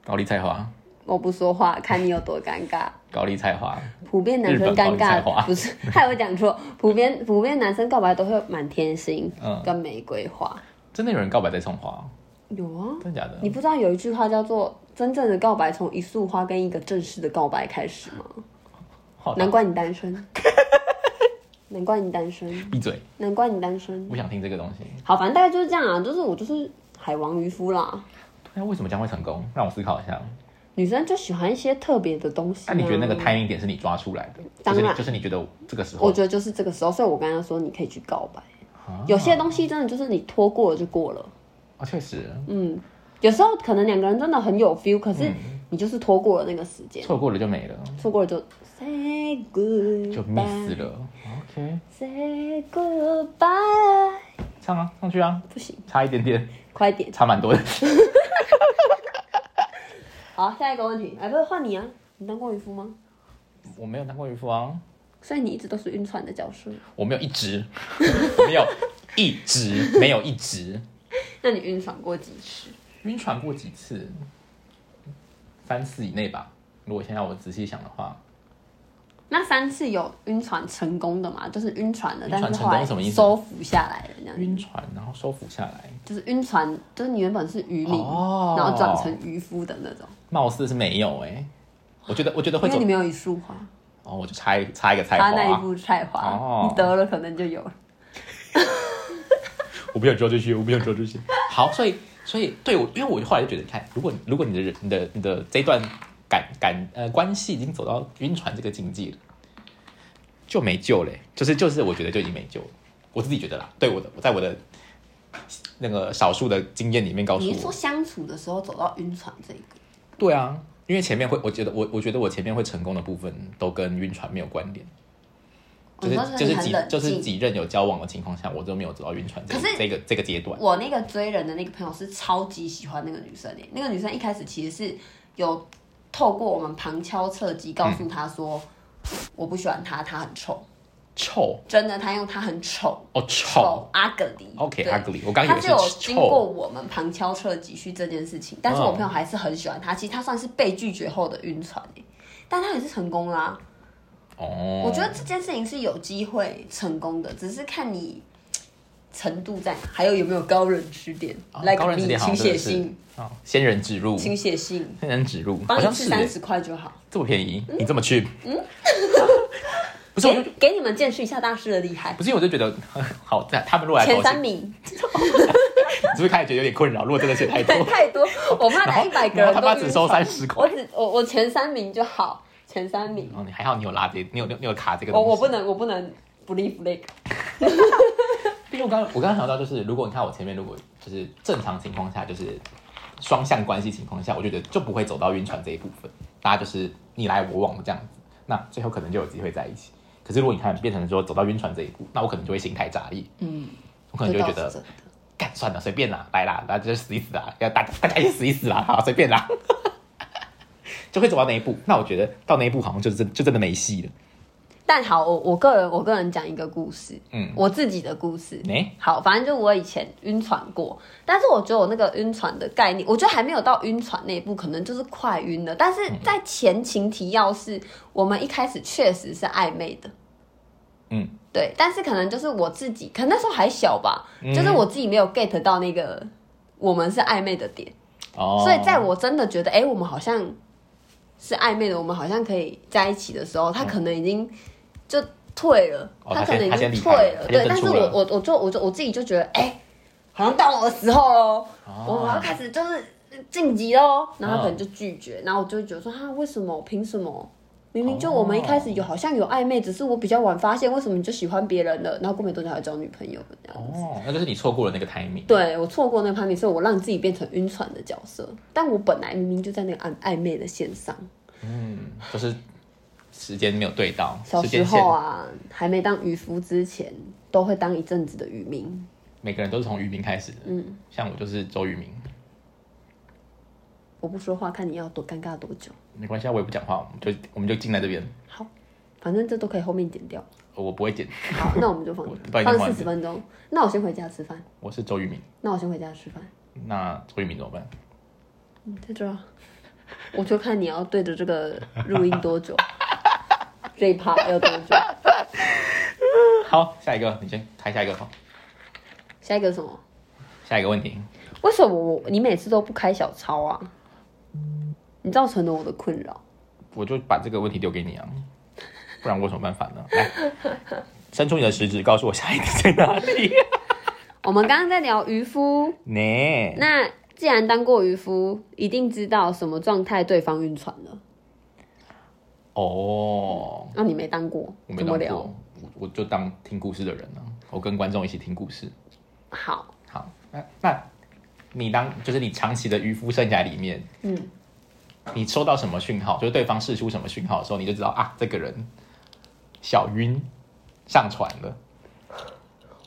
[SPEAKER 1] 高丽菜花，
[SPEAKER 2] 我不说话，看你有多尴尬。
[SPEAKER 1] 高丽菜花，
[SPEAKER 2] 普遍男生尴
[SPEAKER 1] 日本高丽菜花
[SPEAKER 2] 尬不是， <laughs> 害我讲错。普遍普遍男生告白都会满天星
[SPEAKER 1] 嗯
[SPEAKER 2] 跟玫瑰花。
[SPEAKER 1] 真的有人告白在送花哦、
[SPEAKER 2] 有啊，
[SPEAKER 1] 真的假的？
[SPEAKER 2] 你不知道有一句话叫做“真正的告白从一束花跟一个正式的告白开始”吗？
[SPEAKER 1] 哦好的
[SPEAKER 2] 难，怪你单
[SPEAKER 1] <laughs>
[SPEAKER 2] 身，难怪你单身，
[SPEAKER 1] 闭嘴，
[SPEAKER 2] 难怪你单身。
[SPEAKER 1] 不想听这个东西。
[SPEAKER 2] 好，反正大概就是这样啊，就是我就是海王渔夫啦。
[SPEAKER 1] 对啊，为什么这样会成功？让我思考一下。
[SPEAKER 2] 女生就喜欢一些特别的东西、
[SPEAKER 1] 那、
[SPEAKER 2] 啊。
[SPEAKER 1] 你觉得那个 timing 点是你抓出来的？
[SPEAKER 2] 当
[SPEAKER 1] 就是
[SPEAKER 2] 然
[SPEAKER 1] 你就是你觉得这个时候
[SPEAKER 2] 我觉得就是这个时候，所以我刚刚说你可以去告白。
[SPEAKER 1] 啊
[SPEAKER 2] 有些东西真的就是你拖过了就过了，
[SPEAKER 1] 啊，确实
[SPEAKER 2] 嗯，有时候可能两个人真的很有 feel，可是
[SPEAKER 1] 嗯
[SPEAKER 2] 你就是拖过了那个时间，
[SPEAKER 1] 错过了就没了，
[SPEAKER 2] 错过了就 say
[SPEAKER 1] 就
[SPEAKER 2] goodbye，say
[SPEAKER 1] miss 了。OK，
[SPEAKER 2] goodbye，
[SPEAKER 1] 唱啊，上去啊，
[SPEAKER 2] 不行，
[SPEAKER 1] 差一点点，
[SPEAKER 2] 快点。
[SPEAKER 1] 差蛮多的。 <laughs>
[SPEAKER 2] 好，下一个问题，哎，不是换你啊，你当过渔夫吗？
[SPEAKER 1] 我没有当过渔夫啊，
[SPEAKER 2] 所以你一直都是晕船的角色，
[SPEAKER 1] 我没有一直， <laughs> 我没有一直，没有一直
[SPEAKER 2] 那你晕船过几次？
[SPEAKER 1] 晕船过几次，三次以内吧。如果现在我仔细想的话，
[SPEAKER 2] 那三次有晕船成功的吗？就是晕船的，
[SPEAKER 1] 晕
[SPEAKER 2] 但
[SPEAKER 1] 船
[SPEAKER 2] 是
[SPEAKER 1] 成
[SPEAKER 2] 后来
[SPEAKER 1] 功什么意思
[SPEAKER 2] 收服下来了，这样
[SPEAKER 1] 晕船然后收服下来，
[SPEAKER 2] 就是晕船，就是你原本是渔民，
[SPEAKER 1] 哦
[SPEAKER 2] 然后转成渔夫的那种，
[SPEAKER 1] 貌似是没有哎、我觉得我觉得会
[SPEAKER 2] 因为
[SPEAKER 1] 走
[SPEAKER 2] 你没有一束花，
[SPEAKER 1] 哦，我就插一插一个菜
[SPEAKER 2] 他那
[SPEAKER 1] 花啊
[SPEAKER 2] 一，部菜花，
[SPEAKER 1] 哦
[SPEAKER 2] 你得了可能就有了。
[SPEAKER 1] 我不想知道这些，我不想知道这些。好，所以所以对我，因为我后来就觉得，你看，如果如果你的人你的你的这段感感呃关系已经走到晕船这个境界了，就没救嘞、就是就是我觉得就已经没救了，我自己觉得啦，对我的我在我的那个少数的经验里面告诉
[SPEAKER 2] 你是说
[SPEAKER 1] 我，
[SPEAKER 2] 相处的时候走到晕船这一个，
[SPEAKER 1] 对啊，因为前面会我觉得我我觉得我前面会成功的部分都跟晕船没有关联。
[SPEAKER 2] 我
[SPEAKER 1] 就是
[SPEAKER 2] 哦说是
[SPEAKER 1] 就是
[SPEAKER 2] 很
[SPEAKER 1] 几
[SPEAKER 2] 冷静。
[SPEAKER 1] 就是几任有交往的情况下，我都没有走到晕船这个
[SPEAKER 2] 可是
[SPEAKER 1] 这个这个阶段。
[SPEAKER 2] 我那个追人的那个朋友是超级喜欢那个女生诶、那个女生一开始其实是有透过我们旁敲侧击告诉他说、
[SPEAKER 1] 嗯
[SPEAKER 2] 我不喜欢他，他很丑，
[SPEAKER 1] 臭
[SPEAKER 2] 真的，他用他很丑，
[SPEAKER 1] 哦臭
[SPEAKER 2] 丑阿格里对
[SPEAKER 1] OK，ugly，我刚以
[SPEAKER 2] 他
[SPEAKER 1] 为
[SPEAKER 2] 是有
[SPEAKER 1] 是嗯
[SPEAKER 2] 经过
[SPEAKER 1] 臭，
[SPEAKER 2] 我们旁敲侧击去这件事情，但是我朋友还是很喜欢他。其实他算是被拒绝后的晕船、欸、但他也是成功啦。
[SPEAKER 1] 哦，
[SPEAKER 2] 我觉得这件事情是有机会成功的，只是看你程度在哪，还有有没有高人指点。
[SPEAKER 1] 啊
[SPEAKER 2] 来
[SPEAKER 1] 高人指点好
[SPEAKER 2] 请
[SPEAKER 1] 像真的
[SPEAKER 2] 写
[SPEAKER 1] 是
[SPEAKER 2] 信，
[SPEAKER 1] 啊，仙人指路，
[SPEAKER 2] 请写信，
[SPEAKER 1] 仙人指路，好
[SPEAKER 2] 帮你
[SPEAKER 1] 像
[SPEAKER 2] 吃
[SPEAKER 1] 是
[SPEAKER 2] 三
[SPEAKER 1] 耶
[SPEAKER 2] 十块就好。
[SPEAKER 1] 这么便宜，你这么去，嗯， <laughs> 不是我就
[SPEAKER 2] 给给你们见识一下大师的厉害
[SPEAKER 1] 不。是因为我就觉得好，他他们如果来
[SPEAKER 2] 前
[SPEAKER 1] 投
[SPEAKER 2] 三
[SPEAKER 1] 钱， <laughs>
[SPEAKER 2] 名
[SPEAKER 1] 只会开始觉得有点困扰。如果真的钱太
[SPEAKER 2] <laughs>
[SPEAKER 1] 多，
[SPEAKER 2] 太多，我怕
[SPEAKER 1] 然
[SPEAKER 2] 拿
[SPEAKER 1] 后
[SPEAKER 2] 一百个
[SPEAKER 1] 然后
[SPEAKER 2] 人
[SPEAKER 1] 他
[SPEAKER 2] 都
[SPEAKER 1] 妈
[SPEAKER 2] 晕
[SPEAKER 1] 只收
[SPEAKER 2] 船
[SPEAKER 1] 30块
[SPEAKER 2] 我只我我前三名就好，前三名。
[SPEAKER 1] 哦，你还好，你有拉这，你有你有卡这个
[SPEAKER 2] 我
[SPEAKER 1] 东西。
[SPEAKER 2] 我不能，我不能 believe l a k
[SPEAKER 1] 毕竟我刚我刚刚想到，就是如果你看我前面，如果就是正常情况下，就是双向关系情况下，我觉得就不会走到晕船这一部分，大家就是你来我往的这样子，那最后可能就有机会在一起。可是如果你看变成说走到晕船这一步，那我可能就会心态炸裂，
[SPEAKER 2] 嗯，
[SPEAKER 1] 我可能就会觉
[SPEAKER 2] 这倒是
[SPEAKER 1] 得
[SPEAKER 2] 真的
[SPEAKER 1] 干算了，随便啦，来啦，那就死一死啦，要大大家一起死一死啦，好随便啦， <laughs> 就会走到那一步。那我觉得到那一步好像就真就真的没戏了。
[SPEAKER 2] 但好，我我个人我个人讲一个故事，
[SPEAKER 1] 嗯
[SPEAKER 2] 我自己的故事。
[SPEAKER 1] 诶
[SPEAKER 2] 好，反正就我以前晕船过，但是我觉得我那个晕船的概念，我觉得还没有到晕船那一步，可能就是快晕了。但是在前情提要是，我们一开始确实是暧昧的，
[SPEAKER 1] 嗯，
[SPEAKER 2] 对，但是可能就是我自己，可能那时候还小吧，就是我自己没有 get 到那个我们是暧昧的点。
[SPEAKER 1] 哦，
[SPEAKER 2] 所以在我真的觉得，哎、我们好像是暧昧的，我们好像可以在一起的时候，他可能已经就退了，
[SPEAKER 1] 哦
[SPEAKER 2] 可能已
[SPEAKER 1] 他先
[SPEAKER 2] 经退
[SPEAKER 1] 他先离开
[SPEAKER 2] 了
[SPEAKER 1] 了，他
[SPEAKER 2] 对。
[SPEAKER 1] 先
[SPEAKER 2] 但
[SPEAKER 1] 登
[SPEAKER 2] 是
[SPEAKER 1] 出
[SPEAKER 2] 我
[SPEAKER 1] 了
[SPEAKER 2] 我我就我就我自己就觉得，哎、好像到我的时候喽，
[SPEAKER 1] 哦
[SPEAKER 2] 我要开始就是晋级喽，然后他可能就拒绝，然后我就会觉得说，哈、为什么？凭什么？明明就我们一开始有好像有暧昧，只是我比较晚发现，为什么你就喜欢别人了？然后过没多久还交女朋友了这样。
[SPEAKER 1] 哦，那就是你错过了那个 timing。
[SPEAKER 2] 对我错过那个攀比，所以我让自己变成晕船的角色。但我本来明明就在那个暧暧昧的线上，
[SPEAKER 1] 嗯，就是时间没有对到，
[SPEAKER 2] 小
[SPEAKER 1] 时
[SPEAKER 2] 时
[SPEAKER 1] 间线
[SPEAKER 2] 候，啊，还没当渔夫之前，都会当一阵子的渔民。
[SPEAKER 1] 每个人都是从渔民开始的。嗯，像我就是周渔民，
[SPEAKER 2] 我不说话，看你要多尴尬多久。
[SPEAKER 1] 没关系，啊，我也不讲话，我们就我们就进来这边，
[SPEAKER 2] 好，反正这都可以后面剪掉。
[SPEAKER 1] 我不会剪，
[SPEAKER 2] 好，
[SPEAKER 1] <laughs>
[SPEAKER 2] 那我们就放
[SPEAKER 1] 我不知道已经
[SPEAKER 2] 放
[SPEAKER 1] 完
[SPEAKER 2] 四
[SPEAKER 1] 了
[SPEAKER 2] 十分钟。那我先回家吃饭。
[SPEAKER 1] 我是周渔民。
[SPEAKER 2] 那我先回家吃饭。
[SPEAKER 1] 那周渝民怎么办？
[SPEAKER 2] 嗯，在这儿啊，我就看你要对着这个录音
[SPEAKER 1] <laughs>
[SPEAKER 2] 多久，这一趴要多久？
[SPEAKER 1] 好，下一个，你先开下一个好，
[SPEAKER 2] 下一个是什么？
[SPEAKER 1] 下一个问题，
[SPEAKER 2] 为什么我你每次都不开小抄啊？你造成了我的困扰。
[SPEAKER 1] 我就把这个问题丢给你啊，不然我有什么办法呢？来，伸出你的食指，告诉我下一个在哪
[SPEAKER 2] <laughs>
[SPEAKER 1] 里。
[SPEAKER 2] 我们刚刚在聊渔夫，
[SPEAKER 1] 呢？
[SPEAKER 2] 那既然当过渔夫，一定知道什么状态对方晕船了。
[SPEAKER 1] 哦，
[SPEAKER 2] 那、你没当过，
[SPEAKER 1] 我没
[SPEAKER 2] 怎么
[SPEAKER 1] 当
[SPEAKER 2] 聊？
[SPEAKER 1] 过，我我就当听故事的人了、我跟观众一起听故事。
[SPEAKER 2] 好，
[SPEAKER 1] 好，那那你当就是你长期的渔夫生涯里面，
[SPEAKER 2] 嗯，
[SPEAKER 1] 你收到什么讯号，就是对方释出什么讯号的时候，你就知道啊，这个人小晕上船了。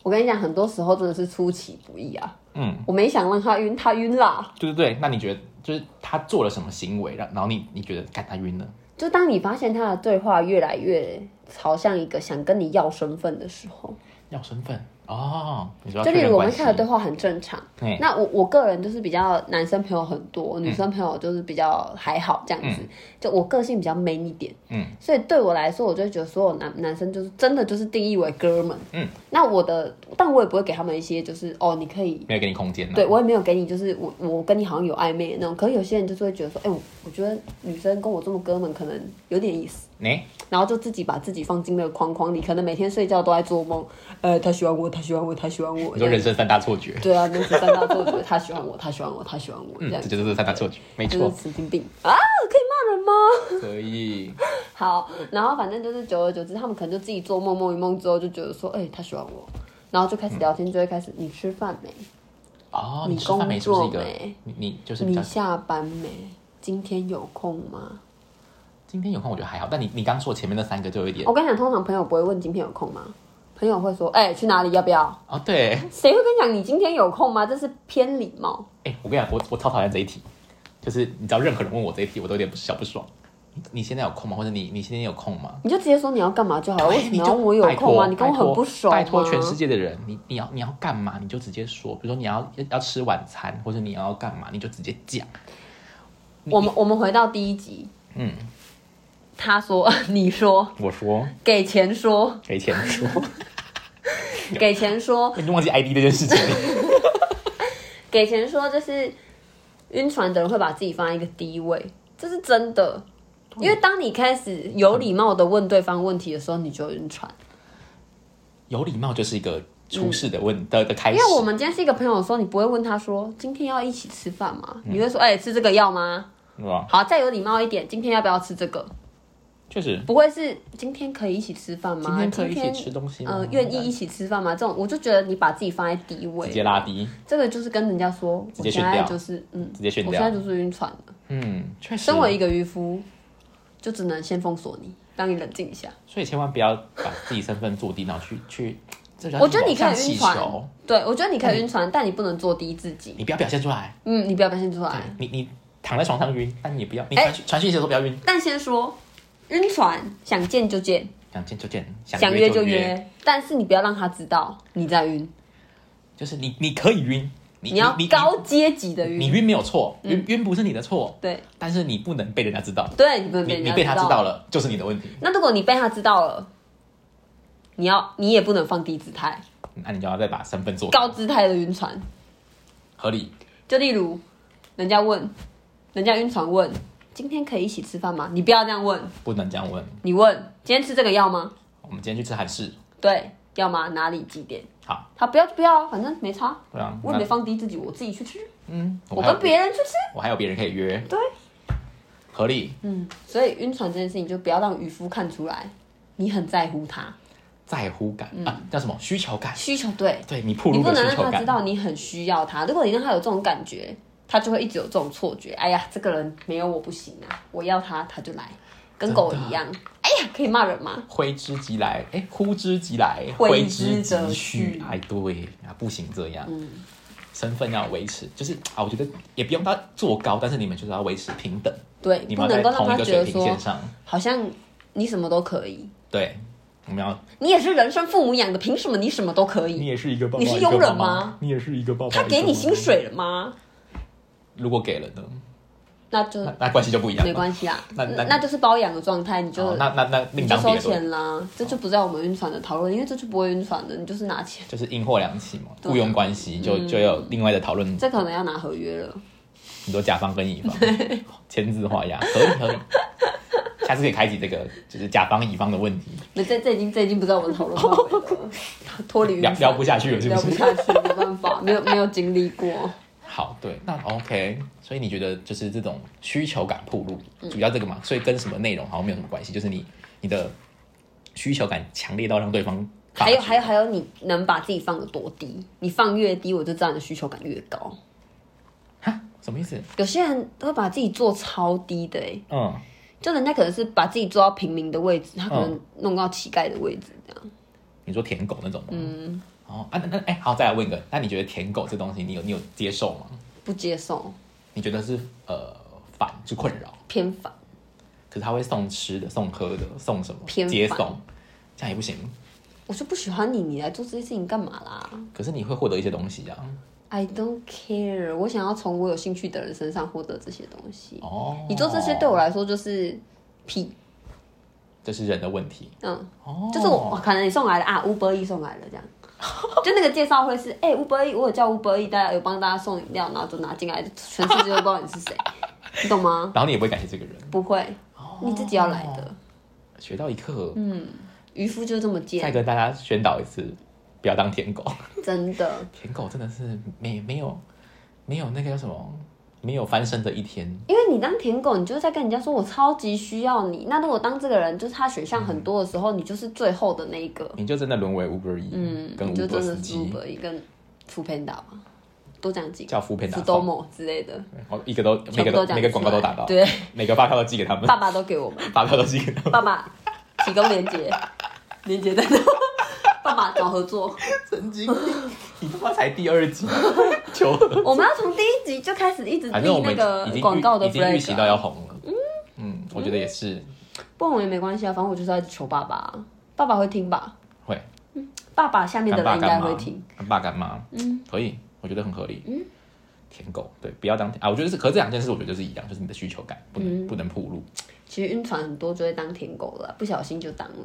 [SPEAKER 2] 我跟你讲，很多时候真的是出其不意啊。
[SPEAKER 1] 嗯。
[SPEAKER 2] 我没想让他晕，他晕啦。
[SPEAKER 1] 对对对，那你觉得就是他做了什么行为，让然后你你觉得干他晕了？
[SPEAKER 2] 就当你发现他的对话越来越朝向一个想跟你要身份的时候，
[SPEAKER 1] 要身份哦，你说要
[SPEAKER 2] 就例
[SPEAKER 1] 确认
[SPEAKER 2] 如我们
[SPEAKER 1] 关
[SPEAKER 2] 一
[SPEAKER 1] 系
[SPEAKER 2] 开始对话很正常，
[SPEAKER 1] 对，
[SPEAKER 2] 那我我个人就是比较男生朋友很
[SPEAKER 1] 嗯
[SPEAKER 2] 多，女生朋友就是比较还好这样子，就我个性比较 man 一点，
[SPEAKER 1] 嗯，
[SPEAKER 2] 所以对我来说，我就会觉得所有男男生就是真的就是定义为哥们，
[SPEAKER 1] 嗯，
[SPEAKER 2] 那我的，但我也不会给他们一些就是哦，你可以
[SPEAKER 1] 没有给你空间了。
[SPEAKER 2] 对，我也没有给你，就是我我跟你好像有暧昧的那种。可是有些人就是会觉得说，哎、我我觉得女生跟我这么哥们可能有点意思，
[SPEAKER 1] 哎、
[SPEAKER 2] 然后就自己把自己放进那个框框里，可能每天睡觉都在做梦，呃，他喜欢我，他喜欢我，他喜欢我
[SPEAKER 1] 你说
[SPEAKER 2] 这样。
[SPEAKER 1] 人生三大错觉，
[SPEAKER 2] <laughs> 对啊，那是三大错觉，他喜欢我，他喜欢我，他喜欢我，这
[SPEAKER 1] 嗯，
[SPEAKER 2] 样
[SPEAKER 1] 这就是三大错觉，没
[SPEAKER 2] 就是 <laughs>
[SPEAKER 1] 错，
[SPEAKER 2] 神经病啊！可以骂人吗？
[SPEAKER 1] 所以
[SPEAKER 2] 好，然后反正就是久而久之，他们可能就自己做梦，梦一梦之后就觉得说，哎、他喜欢我，然后
[SPEAKER 1] 嗯
[SPEAKER 2] 就开始聊天，就会开始你吃饭没？
[SPEAKER 1] 哦，
[SPEAKER 2] 你
[SPEAKER 1] 你吃饭没是不是一个
[SPEAKER 2] 工作没
[SPEAKER 1] 你你就是比较
[SPEAKER 2] 你下班没？今天有空吗？
[SPEAKER 1] 今天有空我觉得还好，但你你刚说前面那三个就有一点
[SPEAKER 2] 我跟你讲，通常朋友不会问今天有空吗？朋友会说，哎、去哪里？要不要？
[SPEAKER 1] 哦，对，
[SPEAKER 2] 谁会跟你讲你今天有空吗？这是偏礼貌。
[SPEAKER 1] 哎、我跟你讲，我我超讨厌这一题，就是你知道任何人问我这一题，我都有点小不爽。你你现在有空吗？或者你你今天有空吗？哎
[SPEAKER 2] 你就直接哎说你要干嘛就好了，为什么
[SPEAKER 1] 你
[SPEAKER 2] 要
[SPEAKER 1] 就
[SPEAKER 2] 问我有
[SPEAKER 1] 拜
[SPEAKER 2] 空
[SPEAKER 1] 托，
[SPEAKER 2] 吗？你跟我很不啊熟
[SPEAKER 1] 拜托
[SPEAKER 2] 吗
[SPEAKER 1] 全世界的人，你你要你要干嘛，你就直接说，比如说你要要要吃晚餐，或者你要干嘛，你就直接讲。
[SPEAKER 2] 我们我们回到第一集，
[SPEAKER 1] 嗯，
[SPEAKER 2] 他说 <laughs> 你说
[SPEAKER 1] 我说
[SPEAKER 2] 给钱说
[SPEAKER 1] 给钱说，
[SPEAKER 2] 给钱说
[SPEAKER 1] <laughs> 你忘记 ID 这件事情。 <laughs>
[SPEAKER 2] 给钱说，就是晕船的人会把自己放在一个低位，这是真的。因为当你开始有礼貌的问对方问题的时候，你就晕船。
[SPEAKER 1] 嗯有礼貌就是一个出事的问、的的开
[SPEAKER 2] 因
[SPEAKER 1] 始。
[SPEAKER 2] 哎为我们今天是一个朋友的时候，你不会问他说今天要一起吃饭吗？
[SPEAKER 1] 嗯
[SPEAKER 2] 你会说哎、吃这个要吗？
[SPEAKER 1] 是吧？
[SPEAKER 2] 好，再有礼貌一点，今天要不要吃这个？
[SPEAKER 1] 确实，
[SPEAKER 2] 不会是今天可以一起吃饭吗？
[SPEAKER 1] 今天可以一起吃东西吗
[SPEAKER 2] 嗯，愿、意一起吃饭吗？这种我就觉得你把自己放在低
[SPEAKER 1] 直
[SPEAKER 2] 位，
[SPEAKER 1] 接拉低。
[SPEAKER 2] 这个就是跟人家说，
[SPEAKER 1] 直
[SPEAKER 2] 我
[SPEAKER 1] 接
[SPEAKER 2] 现
[SPEAKER 1] 选
[SPEAKER 2] 在
[SPEAKER 1] 掉
[SPEAKER 2] 就是嗯，
[SPEAKER 1] 直接选
[SPEAKER 2] 我
[SPEAKER 1] 掉
[SPEAKER 2] 现在就是晕船了。
[SPEAKER 1] 嗯，确实
[SPEAKER 2] 身。为一个渔夫，就只能先封锁你，让你冷静一下。
[SPEAKER 1] 所以千万不要把自己身份坐低，然后去去。这叫
[SPEAKER 2] 我觉得你可
[SPEAKER 1] 像
[SPEAKER 2] 以
[SPEAKER 1] 气
[SPEAKER 2] 晕船
[SPEAKER 1] 球，嗯
[SPEAKER 2] 对，我觉得你可以晕船，但你不能做低自己。
[SPEAKER 1] 你不要表现出来。
[SPEAKER 2] 嗯，你不要表现出来。
[SPEAKER 1] 你你躺在床上晕，但你也不要，你
[SPEAKER 2] 哎
[SPEAKER 1] 传讯传讯息的时候不要晕。
[SPEAKER 2] 但先说，晕船想见就见，
[SPEAKER 1] 想见就见，
[SPEAKER 2] 想
[SPEAKER 1] 约
[SPEAKER 2] 约就
[SPEAKER 1] 约。
[SPEAKER 2] 约，但是你不要让他知道你在晕，
[SPEAKER 1] 就是你你可以晕，你
[SPEAKER 2] 你要
[SPEAKER 1] 你
[SPEAKER 2] 高嗯阶级的
[SPEAKER 1] 你你
[SPEAKER 2] 晕。
[SPEAKER 1] 晕没有错，晕晕不是你的错，
[SPEAKER 2] 对
[SPEAKER 1] 但是你不能被人家知道，
[SPEAKER 2] 对，你不能
[SPEAKER 1] 你
[SPEAKER 2] 被
[SPEAKER 1] 你
[SPEAKER 2] 人
[SPEAKER 1] 被
[SPEAKER 2] 家
[SPEAKER 1] 他知道。了就是你的问题，
[SPEAKER 2] 那如果你被他知道了，你要你也不能放低姿态，
[SPEAKER 1] 那你就要再把身份做
[SPEAKER 2] 高姿态的晕船，
[SPEAKER 1] 合理。
[SPEAKER 2] 就例如人家问，人家晕船问，今天可以一起吃饭吗？你不要这样问，
[SPEAKER 1] 不能这样问。
[SPEAKER 2] 你问今天吃这个要吗？
[SPEAKER 1] 我们今天去吃韩式，
[SPEAKER 2] 对，要吗？哪里几点？
[SPEAKER 1] 好，
[SPEAKER 2] 他不要就不要啊，反正没差，
[SPEAKER 1] 对啊，
[SPEAKER 2] 我也没
[SPEAKER 1] 那
[SPEAKER 2] 放低自己，我自己去吃，
[SPEAKER 1] 嗯，
[SPEAKER 2] 我
[SPEAKER 1] 还有
[SPEAKER 2] 跟别人去吃。
[SPEAKER 1] 我还有别人可以约，
[SPEAKER 2] 对，
[SPEAKER 1] 合理。
[SPEAKER 2] 嗯，所以晕船这件事情就不要让渔夫看出来你很在乎他，
[SPEAKER 1] 在乎感、啊，叫什么需求感？
[SPEAKER 2] 需求对，
[SPEAKER 1] 对你暴
[SPEAKER 2] 嗯你
[SPEAKER 1] 露
[SPEAKER 2] 不
[SPEAKER 1] 了
[SPEAKER 2] 能
[SPEAKER 1] 需
[SPEAKER 2] 让
[SPEAKER 1] 求
[SPEAKER 2] 他知
[SPEAKER 1] 感，
[SPEAKER 2] 道你很需要他。如果你让他有这种感觉，他就会一直有这种错觉。哎呀，这个人没有我不行啊，我要他他就来，跟狗一样。哎呀，可以骂人吗？
[SPEAKER 1] 挥之即来，哎，呼之即来，
[SPEAKER 2] 挥
[SPEAKER 1] 挥
[SPEAKER 2] 之
[SPEAKER 1] 之
[SPEAKER 2] 则
[SPEAKER 1] 即
[SPEAKER 2] 去嗯
[SPEAKER 1] 去。哎，对啊，不行这样，身份要维持，就是啊，我觉得也不用到做高，但是你们就是要维持平等，
[SPEAKER 2] 对，
[SPEAKER 1] 你
[SPEAKER 2] 不
[SPEAKER 1] 们要
[SPEAKER 2] 能够
[SPEAKER 1] 在
[SPEAKER 2] 让
[SPEAKER 1] 同
[SPEAKER 2] 他
[SPEAKER 1] 一个
[SPEAKER 2] 觉
[SPEAKER 1] 水
[SPEAKER 2] 得
[SPEAKER 1] 平
[SPEAKER 2] 说
[SPEAKER 1] 线上。
[SPEAKER 2] 好像你什么都可以，
[SPEAKER 1] 对，我们要，
[SPEAKER 2] 你也是人生父母养的，凭什么你什么都可
[SPEAKER 1] 你
[SPEAKER 2] 以？
[SPEAKER 1] 也是一个爸爸，
[SPEAKER 2] 你是
[SPEAKER 1] 一个
[SPEAKER 2] 佣人
[SPEAKER 1] 妈妈
[SPEAKER 2] 吗？
[SPEAKER 1] 你也是一个爸爸，
[SPEAKER 2] 他
[SPEAKER 1] 一个
[SPEAKER 2] 给你
[SPEAKER 1] 妈妈
[SPEAKER 2] 薪，水了吗？
[SPEAKER 1] 如果给了呢，
[SPEAKER 2] 那就
[SPEAKER 1] 那那关系就不一样
[SPEAKER 2] 没
[SPEAKER 1] 了。
[SPEAKER 2] 关系啊，
[SPEAKER 1] 那那
[SPEAKER 2] 那就是包养的状态，你就
[SPEAKER 1] 哦，那那那
[SPEAKER 2] 你
[SPEAKER 1] 另
[SPEAKER 2] 就
[SPEAKER 1] 当别
[SPEAKER 2] 收
[SPEAKER 1] 论，
[SPEAKER 2] 钱啦，这就不在我们晕船的讨论，因为这就不会晕船的，你就是拿钱，
[SPEAKER 1] 就是因祸两起嘛，
[SPEAKER 2] 对啊嗯
[SPEAKER 1] 雇佣关系就就要有另外的讨论，
[SPEAKER 2] 这可能要拿合约了。
[SPEAKER 1] 很多甲方跟乙方签字画押，合理合理。 <laughs> 下次可以开启这个就是甲方乙方的问题，
[SPEAKER 2] 那这这已经这已经不在我们讨论范围
[SPEAKER 1] <laughs>
[SPEAKER 2] 了，脱离晕
[SPEAKER 1] 聊
[SPEAKER 2] 船
[SPEAKER 1] 聊不下去了，是
[SPEAKER 2] 聊不
[SPEAKER 1] 是？
[SPEAKER 2] 下去，没办法，没有没有经
[SPEAKER 1] <laughs>
[SPEAKER 2] 历过。
[SPEAKER 1] 好，对，那 OK。所以你觉得就是这种需求感暴
[SPEAKER 2] 嗯
[SPEAKER 1] 露，主要这个嘛，所以跟什么内容好像没有什么关系，就是你你的需求感强烈到让对方发
[SPEAKER 2] 还有
[SPEAKER 1] 觉
[SPEAKER 2] 还有还有，你能把自己放得多低？你放越低，我就知道你的需求感越高。
[SPEAKER 1] 哈什么意思？
[SPEAKER 2] 有些人会把自己做超低的、欸，
[SPEAKER 1] 嗯，
[SPEAKER 2] 就人家可能是把自己做到平民的位置，他可能弄到乞丐的位置这样。
[SPEAKER 1] 你说舔狗那种吗？嗯。哦啊，那那哎、好，再来问一个，那你觉得舔狗这东西，你有你有接受吗？
[SPEAKER 2] 不接受，
[SPEAKER 1] 你觉得是呃烦就困扰？
[SPEAKER 2] 偏反。
[SPEAKER 1] 可是他会送吃的、送喝的、送什么
[SPEAKER 2] 偏
[SPEAKER 1] 接
[SPEAKER 2] 烦
[SPEAKER 1] 送，这样也不行。
[SPEAKER 2] 我就不喜欢你，你来做这些事情干嘛啦
[SPEAKER 1] 可是你会获得一些东西啊。
[SPEAKER 2] ？I don't care，我想要从我有兴趣的人身上获得这些东西。
[SPEAKER 1] 哦，
[SPEAKER 2] 你做这些对我来说就是屁，
[SPEAKER 1] 这是人的问题
[SPEAKER 2] 嗯，
[SPEAKER 1] 哦，
[SPEAKER 2] 就是我、可能你送来的啊，Uber E 送来了
[SPEAKER 1] <laughs>
[SPEAKER 2] 这样，就那个介绍会是，哎、u b e r E 我有叫 Uber E，大家有帮大家送饮料，然后就拿进来，全世界都不知道你是谁，你懂吗？
[SPEAKER 1] 然后你也不会感谢这个人，
[SPEAKER 2] 不会，你自己要来的。
[SPEAKER 1] 学到一课。
[SPEAKER 2] 嗯渔夫就这么
[SPEAKER 1] 再
[SPEAKER 2] 贱，
[SPEAKER 1] 跟大家宣导一次，不要当舔狗， <laughs>
[SPEAKER 2] 真的。
[SPEAKER 1] 舔狗真的是没没有没有那个叫什么，没有翻身的一天。
[SPEAKER 2] 因为你当舔狗，你就是在跟人家说我超级需要你。那如果当这个人就是他选项很多的时候，你就是最后的那一个，
[SPEAKER 1] 你就真的沦为 Uber E，
[SPEAKER 2] 嗯，
[SPEAKER 1] 跟
[SPEAKER 2] 你就
[SPEAKER 1] Uber
[SPEAKER 2] 真
[SPEAKER 1] 司
[SPEAKER 2] 的是
[SPEAKER 1] 机
[SPEAKER 2] Uber 一跟 f o o Panda 吧，多讲几个
[SPEAKER 1] 叫 f o o p a n d
[SPEAKER 2] ，Domo 之类的，
[SPEAKER 1] 哦，一个都每
[SPEAKER 2] 全
[SPEAKER 1] 个
[SPEAKER 2] 部都
[SPEAKER 1] 都
[SPEAKER 2] 讲
[SPEAKER 1] 每个广告都打到，
[SPEAKER 2] 出来对，
[SPEAKER 1] 每个发票都寄给他们，
[SPEAKER 2] 爸爸都给我们，
[SPEAKER 1] 发票都寄给他们，
[SPEAKER 2] 爸爸提供连接，连接在哪？ <laughs> 爸爸找合作，
[SPEAKER 1] <laughs> 神经病！你他妈才第二
[SPEAKER 2] <laughs>
[SPEAKER 1] 集，求和
[SPEAKER 2] 我们要从第一集就开始一直
[SPEAKER 1] 反正我
[SPEAKER 2] 立那
[SPEAKER 1] 们
[SPEAKER 2] 个
[SPEAKER 1] 已经
[SPEAKER 2] 广告的
[SPEAKER 1] 预已经预习到
[SPEAKER 2] flag，啊
[SPEAKER 1] 要红了。嗯我觉得也是
[SPEAKER 2] 不红也没关系啊，反正我就是要求爸爸啊，爸爸会听吧，
[SPEAKER 1] 会。
[SPEAKER 2] 爸爸下面嗯的
[SPEAKER 1] 干
[SPEAKER 2] 人
[SPEAKER 1] 爸
[SPEAKER 2] 应
[SPEAKER 1] 干
[SPEAKER 2] 该
[SPEAKER 1] 妈
[SPEAKER 2] 会听，，
[SPEAKER 1] 干爸干妈，嗯，可以，我觉得很合理。嗯，舔狗对，不要当舔啊，我觉得是，可是这两件事我觉得就是一样，就是你的需求感不
[SPEAKER 2] 嗯
[SPEAKER 1] 能、不能铺路，
[SPEAKER 2] 其实晕船很多就会当舔狗了，不小心就当了。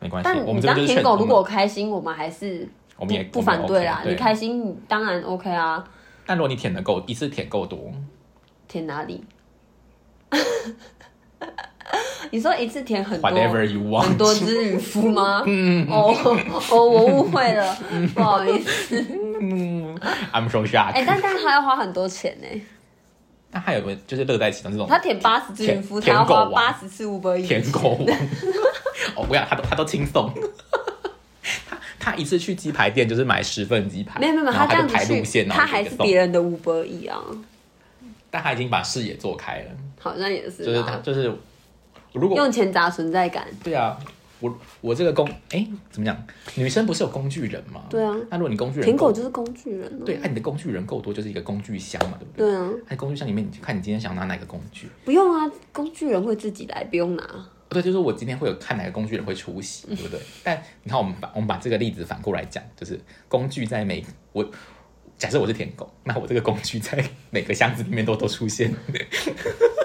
[SPEAKER 1] 没关系。
[SPEAKER 2] 但
[SPEAKER 1] 我
[SPEAKER 2] 你
[SPEAKER 1] 们这
[SPEAKER 2] 当
[SPEAKER 1] 边就是劝
[SPEAKER 2] 舔狗，
[SPEAKER 1] 我
[SPEAKER 2] 如
[SPEAKER 1] 们
[SPEAKER 2] 果开心，我们还是
[SPEAKER 1] 我们也
[SPEAKER 2] 不
[SPEAKER 1] 我们也
[SPEAKER 2] 反对啦。
[SPEAKER 1] OK，
[SPEAKER 2] 你开心，你当然 OK 啊。
[SPEAKER 1] 但如果你舔的够一次舔够多，
[SPEAKER 2] 舔哪里？ <laughs> 你说一次舔很多
[SPEAKER 1] whatever you
[SPEAKER 2] 很
[SPEAKER 1] want，
[SPEAKER 2] 多只渔
[SPEAKER 1] <laughs>
[SPEAKER 2] 夫吗？嗯哦哦，我误会了， <laughs> 不好意思。
[SPEAKER 1] ，I'm so shocked。
[SPEAKER 2] 哎、但但他要花很多钱呢、
[SPEAKER 1] 那还有个就是乐在其中这种
[SPEAKER 2] 他舔八十只渔夫，他
[SPEAKER 1] 舔
[SPEAKER 2] 要花
[SPEAKER 1] 舔狗
[SPEAKER 2] 八
[SPEAKER 1] 王
[SPEAKER 2] 十次五百亿。
[SPEAKER 1] 舔狗王， <laughs> 哦，我跟你讲，他都他都轻松。 <laughs> 他他一次去鸡排店就是买十份鸡排，
[SPEAKER 2] 没有没有，没有
[SPEAKER 1] 然后
[SPEAKER 2] 他这
[SPEAKER 1] 他
[SPEAKER 2] 样
[SPEAKER 1] 就排路
[SPEAKER 2] 子去，
[SPEAKER 1] 线，然
[SPEAKER 2] 他
[SPEAKER 1] 后就
[SPEAKER 2] 还
[SPEAKER 1] 给
[SPEAKER 2] 是
[SPEAKER 1] 送
[SPEAKER 2] 别人的五百亿啊，
[SPEAKER 1] 但他已经把视野做开了，
[SPEAKER 2] 好像也是
[SPEAKER 1] 就是他
[SPEAKER 2] 吧。
[SPEAKER 1] 就是如果
[SPEAKER 2] 用钱砸存在感，
[SPEAKER 1] 对啊，我我这个工哎、怎么讲？女生不是有工具人吗？
[SPEAKER 2] 对啊
[SPEAKER 1] 那如果你工具人
[SPEAKER 2] 舔狗
[SPEAKER 1] 够
[SPEAKER 2] 就是工具人、啊。
[SPEAKER 1] 对，那、你的工具人够多，就是一个工具箱嘛，对不对？
[SPEAKER 2] 对啊，
[SPEAKER 1] 那工具箱里面，你就看你今天想拿哪个工具。
[SPEAKER 2] 不用啊，工具人会自己来，不用
[SPEAKER 1] <laughs>
[SPEAKER 2] 拿。
[SPEAKER 1] 对，就是我今天会有看哪个工具人会出席，对不对？但你看，我们把我们把这个例子反过来讲，就是工具在每我假设我是舔狗，那我这个工具在 <laughs> 每个箱子里面都都出现，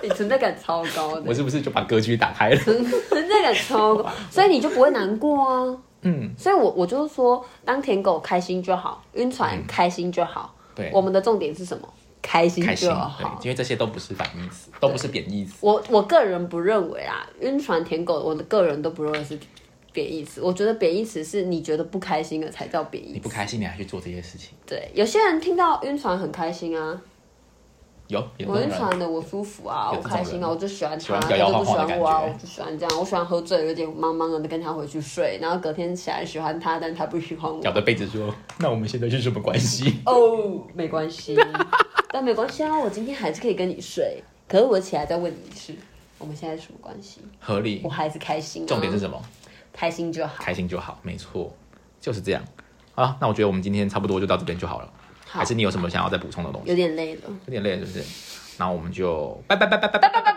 [SPEAKER 2] 你存在感超高
[SPEAKER 1] 我
[SPEAKER 2] 的，
[SPEAKER 1] 是不是就把格局打开了？
[SPEAKER 2] <laughs> 存在感
[SPEAKER 1] <laughs>
[SPEAKER 2] 超高，所以你就不会难过啊。
[SPEAKER 1] 嗯，
[SPEAKER 2] 所以我我就说，当舔狗开心就好，晕船开心就好。
[SPEAKER 1] 嗯对，
[SPEAKER 2] 我们的重点是什么？开心
[SPEAKER 1] 开心，
[SPEAKER 2] 就
[SPEAKER 1] 对
[SPEAKER 2] 好，。
[SPEAKER 1] 因为这些都不是反义词，都不是贬义词。
[SPEAKER 2] 我我个人不认为啦，晕船舔狗，我的个人都不认为是贬义词。我觉得贬义词是你觉得不开心了才叫贬义
[SPEAKER 1] 你
[SPEAKER 2] 词。
[SPEAKER 1] 不开心，你还去做这些事情。
[SPEAKER 2] 对，有些人听到晕船很开心啊，
[SPEAKER 1] 有有
[SPEAKER 2] 我
[SPEAKER 1] 那种
[SPEAKER 2] 晕
[SPEAKER 1] 人，
[SPEAKER 2] 船的我舒服啊，
[SPEAKER 1] 有
[SPEAKER 2] 我
[SPEAKER 1] 这种
[SPEAKER 2] 开心啊，我就喜欢
[SPEAKER 1] 喜
[SPEAKER 2] 他，
[SPEAKER 1] 欢
[SPEAKER 2] 他
[SPEAKER 1] 摇摇
[SPEAKER 2] 就不喜
[SPEAKER 1] 晃晃的
[SPEAKER 2] 欢我啊，
[SPEAKER 1] 感
[SPEAKER 2] 我
[SPEAKER 1] 觉
[SPEAKER 2] 就喜欢这样，我喜欢喝醉，有点茫茫的跟他回去睡，然后隔天起来喜欢他，但他不喜欢我。
[SPEAKER 1] 咬着被子说：“那我们现在是什么关
[SPEAKER 2] <laughs>
[SPEAKER 1] 系
[SPEAKER 2] 哦，没关
[SPEAKER 1] <laughs>
[SPEAKER 2] 系，但没关系啊，我今天还是可以跟你睡，可是我起来再问你一次，我们现在是什么关系？？”
[SPEAKER 1] 合理
[SPEAKER 2] 我，还是开心、啊，
[SPEAKER 1] 重点是什么？
[SPEAKER 2] 开心就好。
[SPEAKER 1] 开心就好，没错，就是这样。啊，那我觉得我们今天差不多就到这边就好了。
[SPEAKER 2] 好
[SPEAKER 1] 还是你有什么想要再补充的东西？
[SPEAKER 2] 有点累了。
[SPEAKER 1] 有点累，是不是？那我们就拜拜拜拜拜拜拜拜。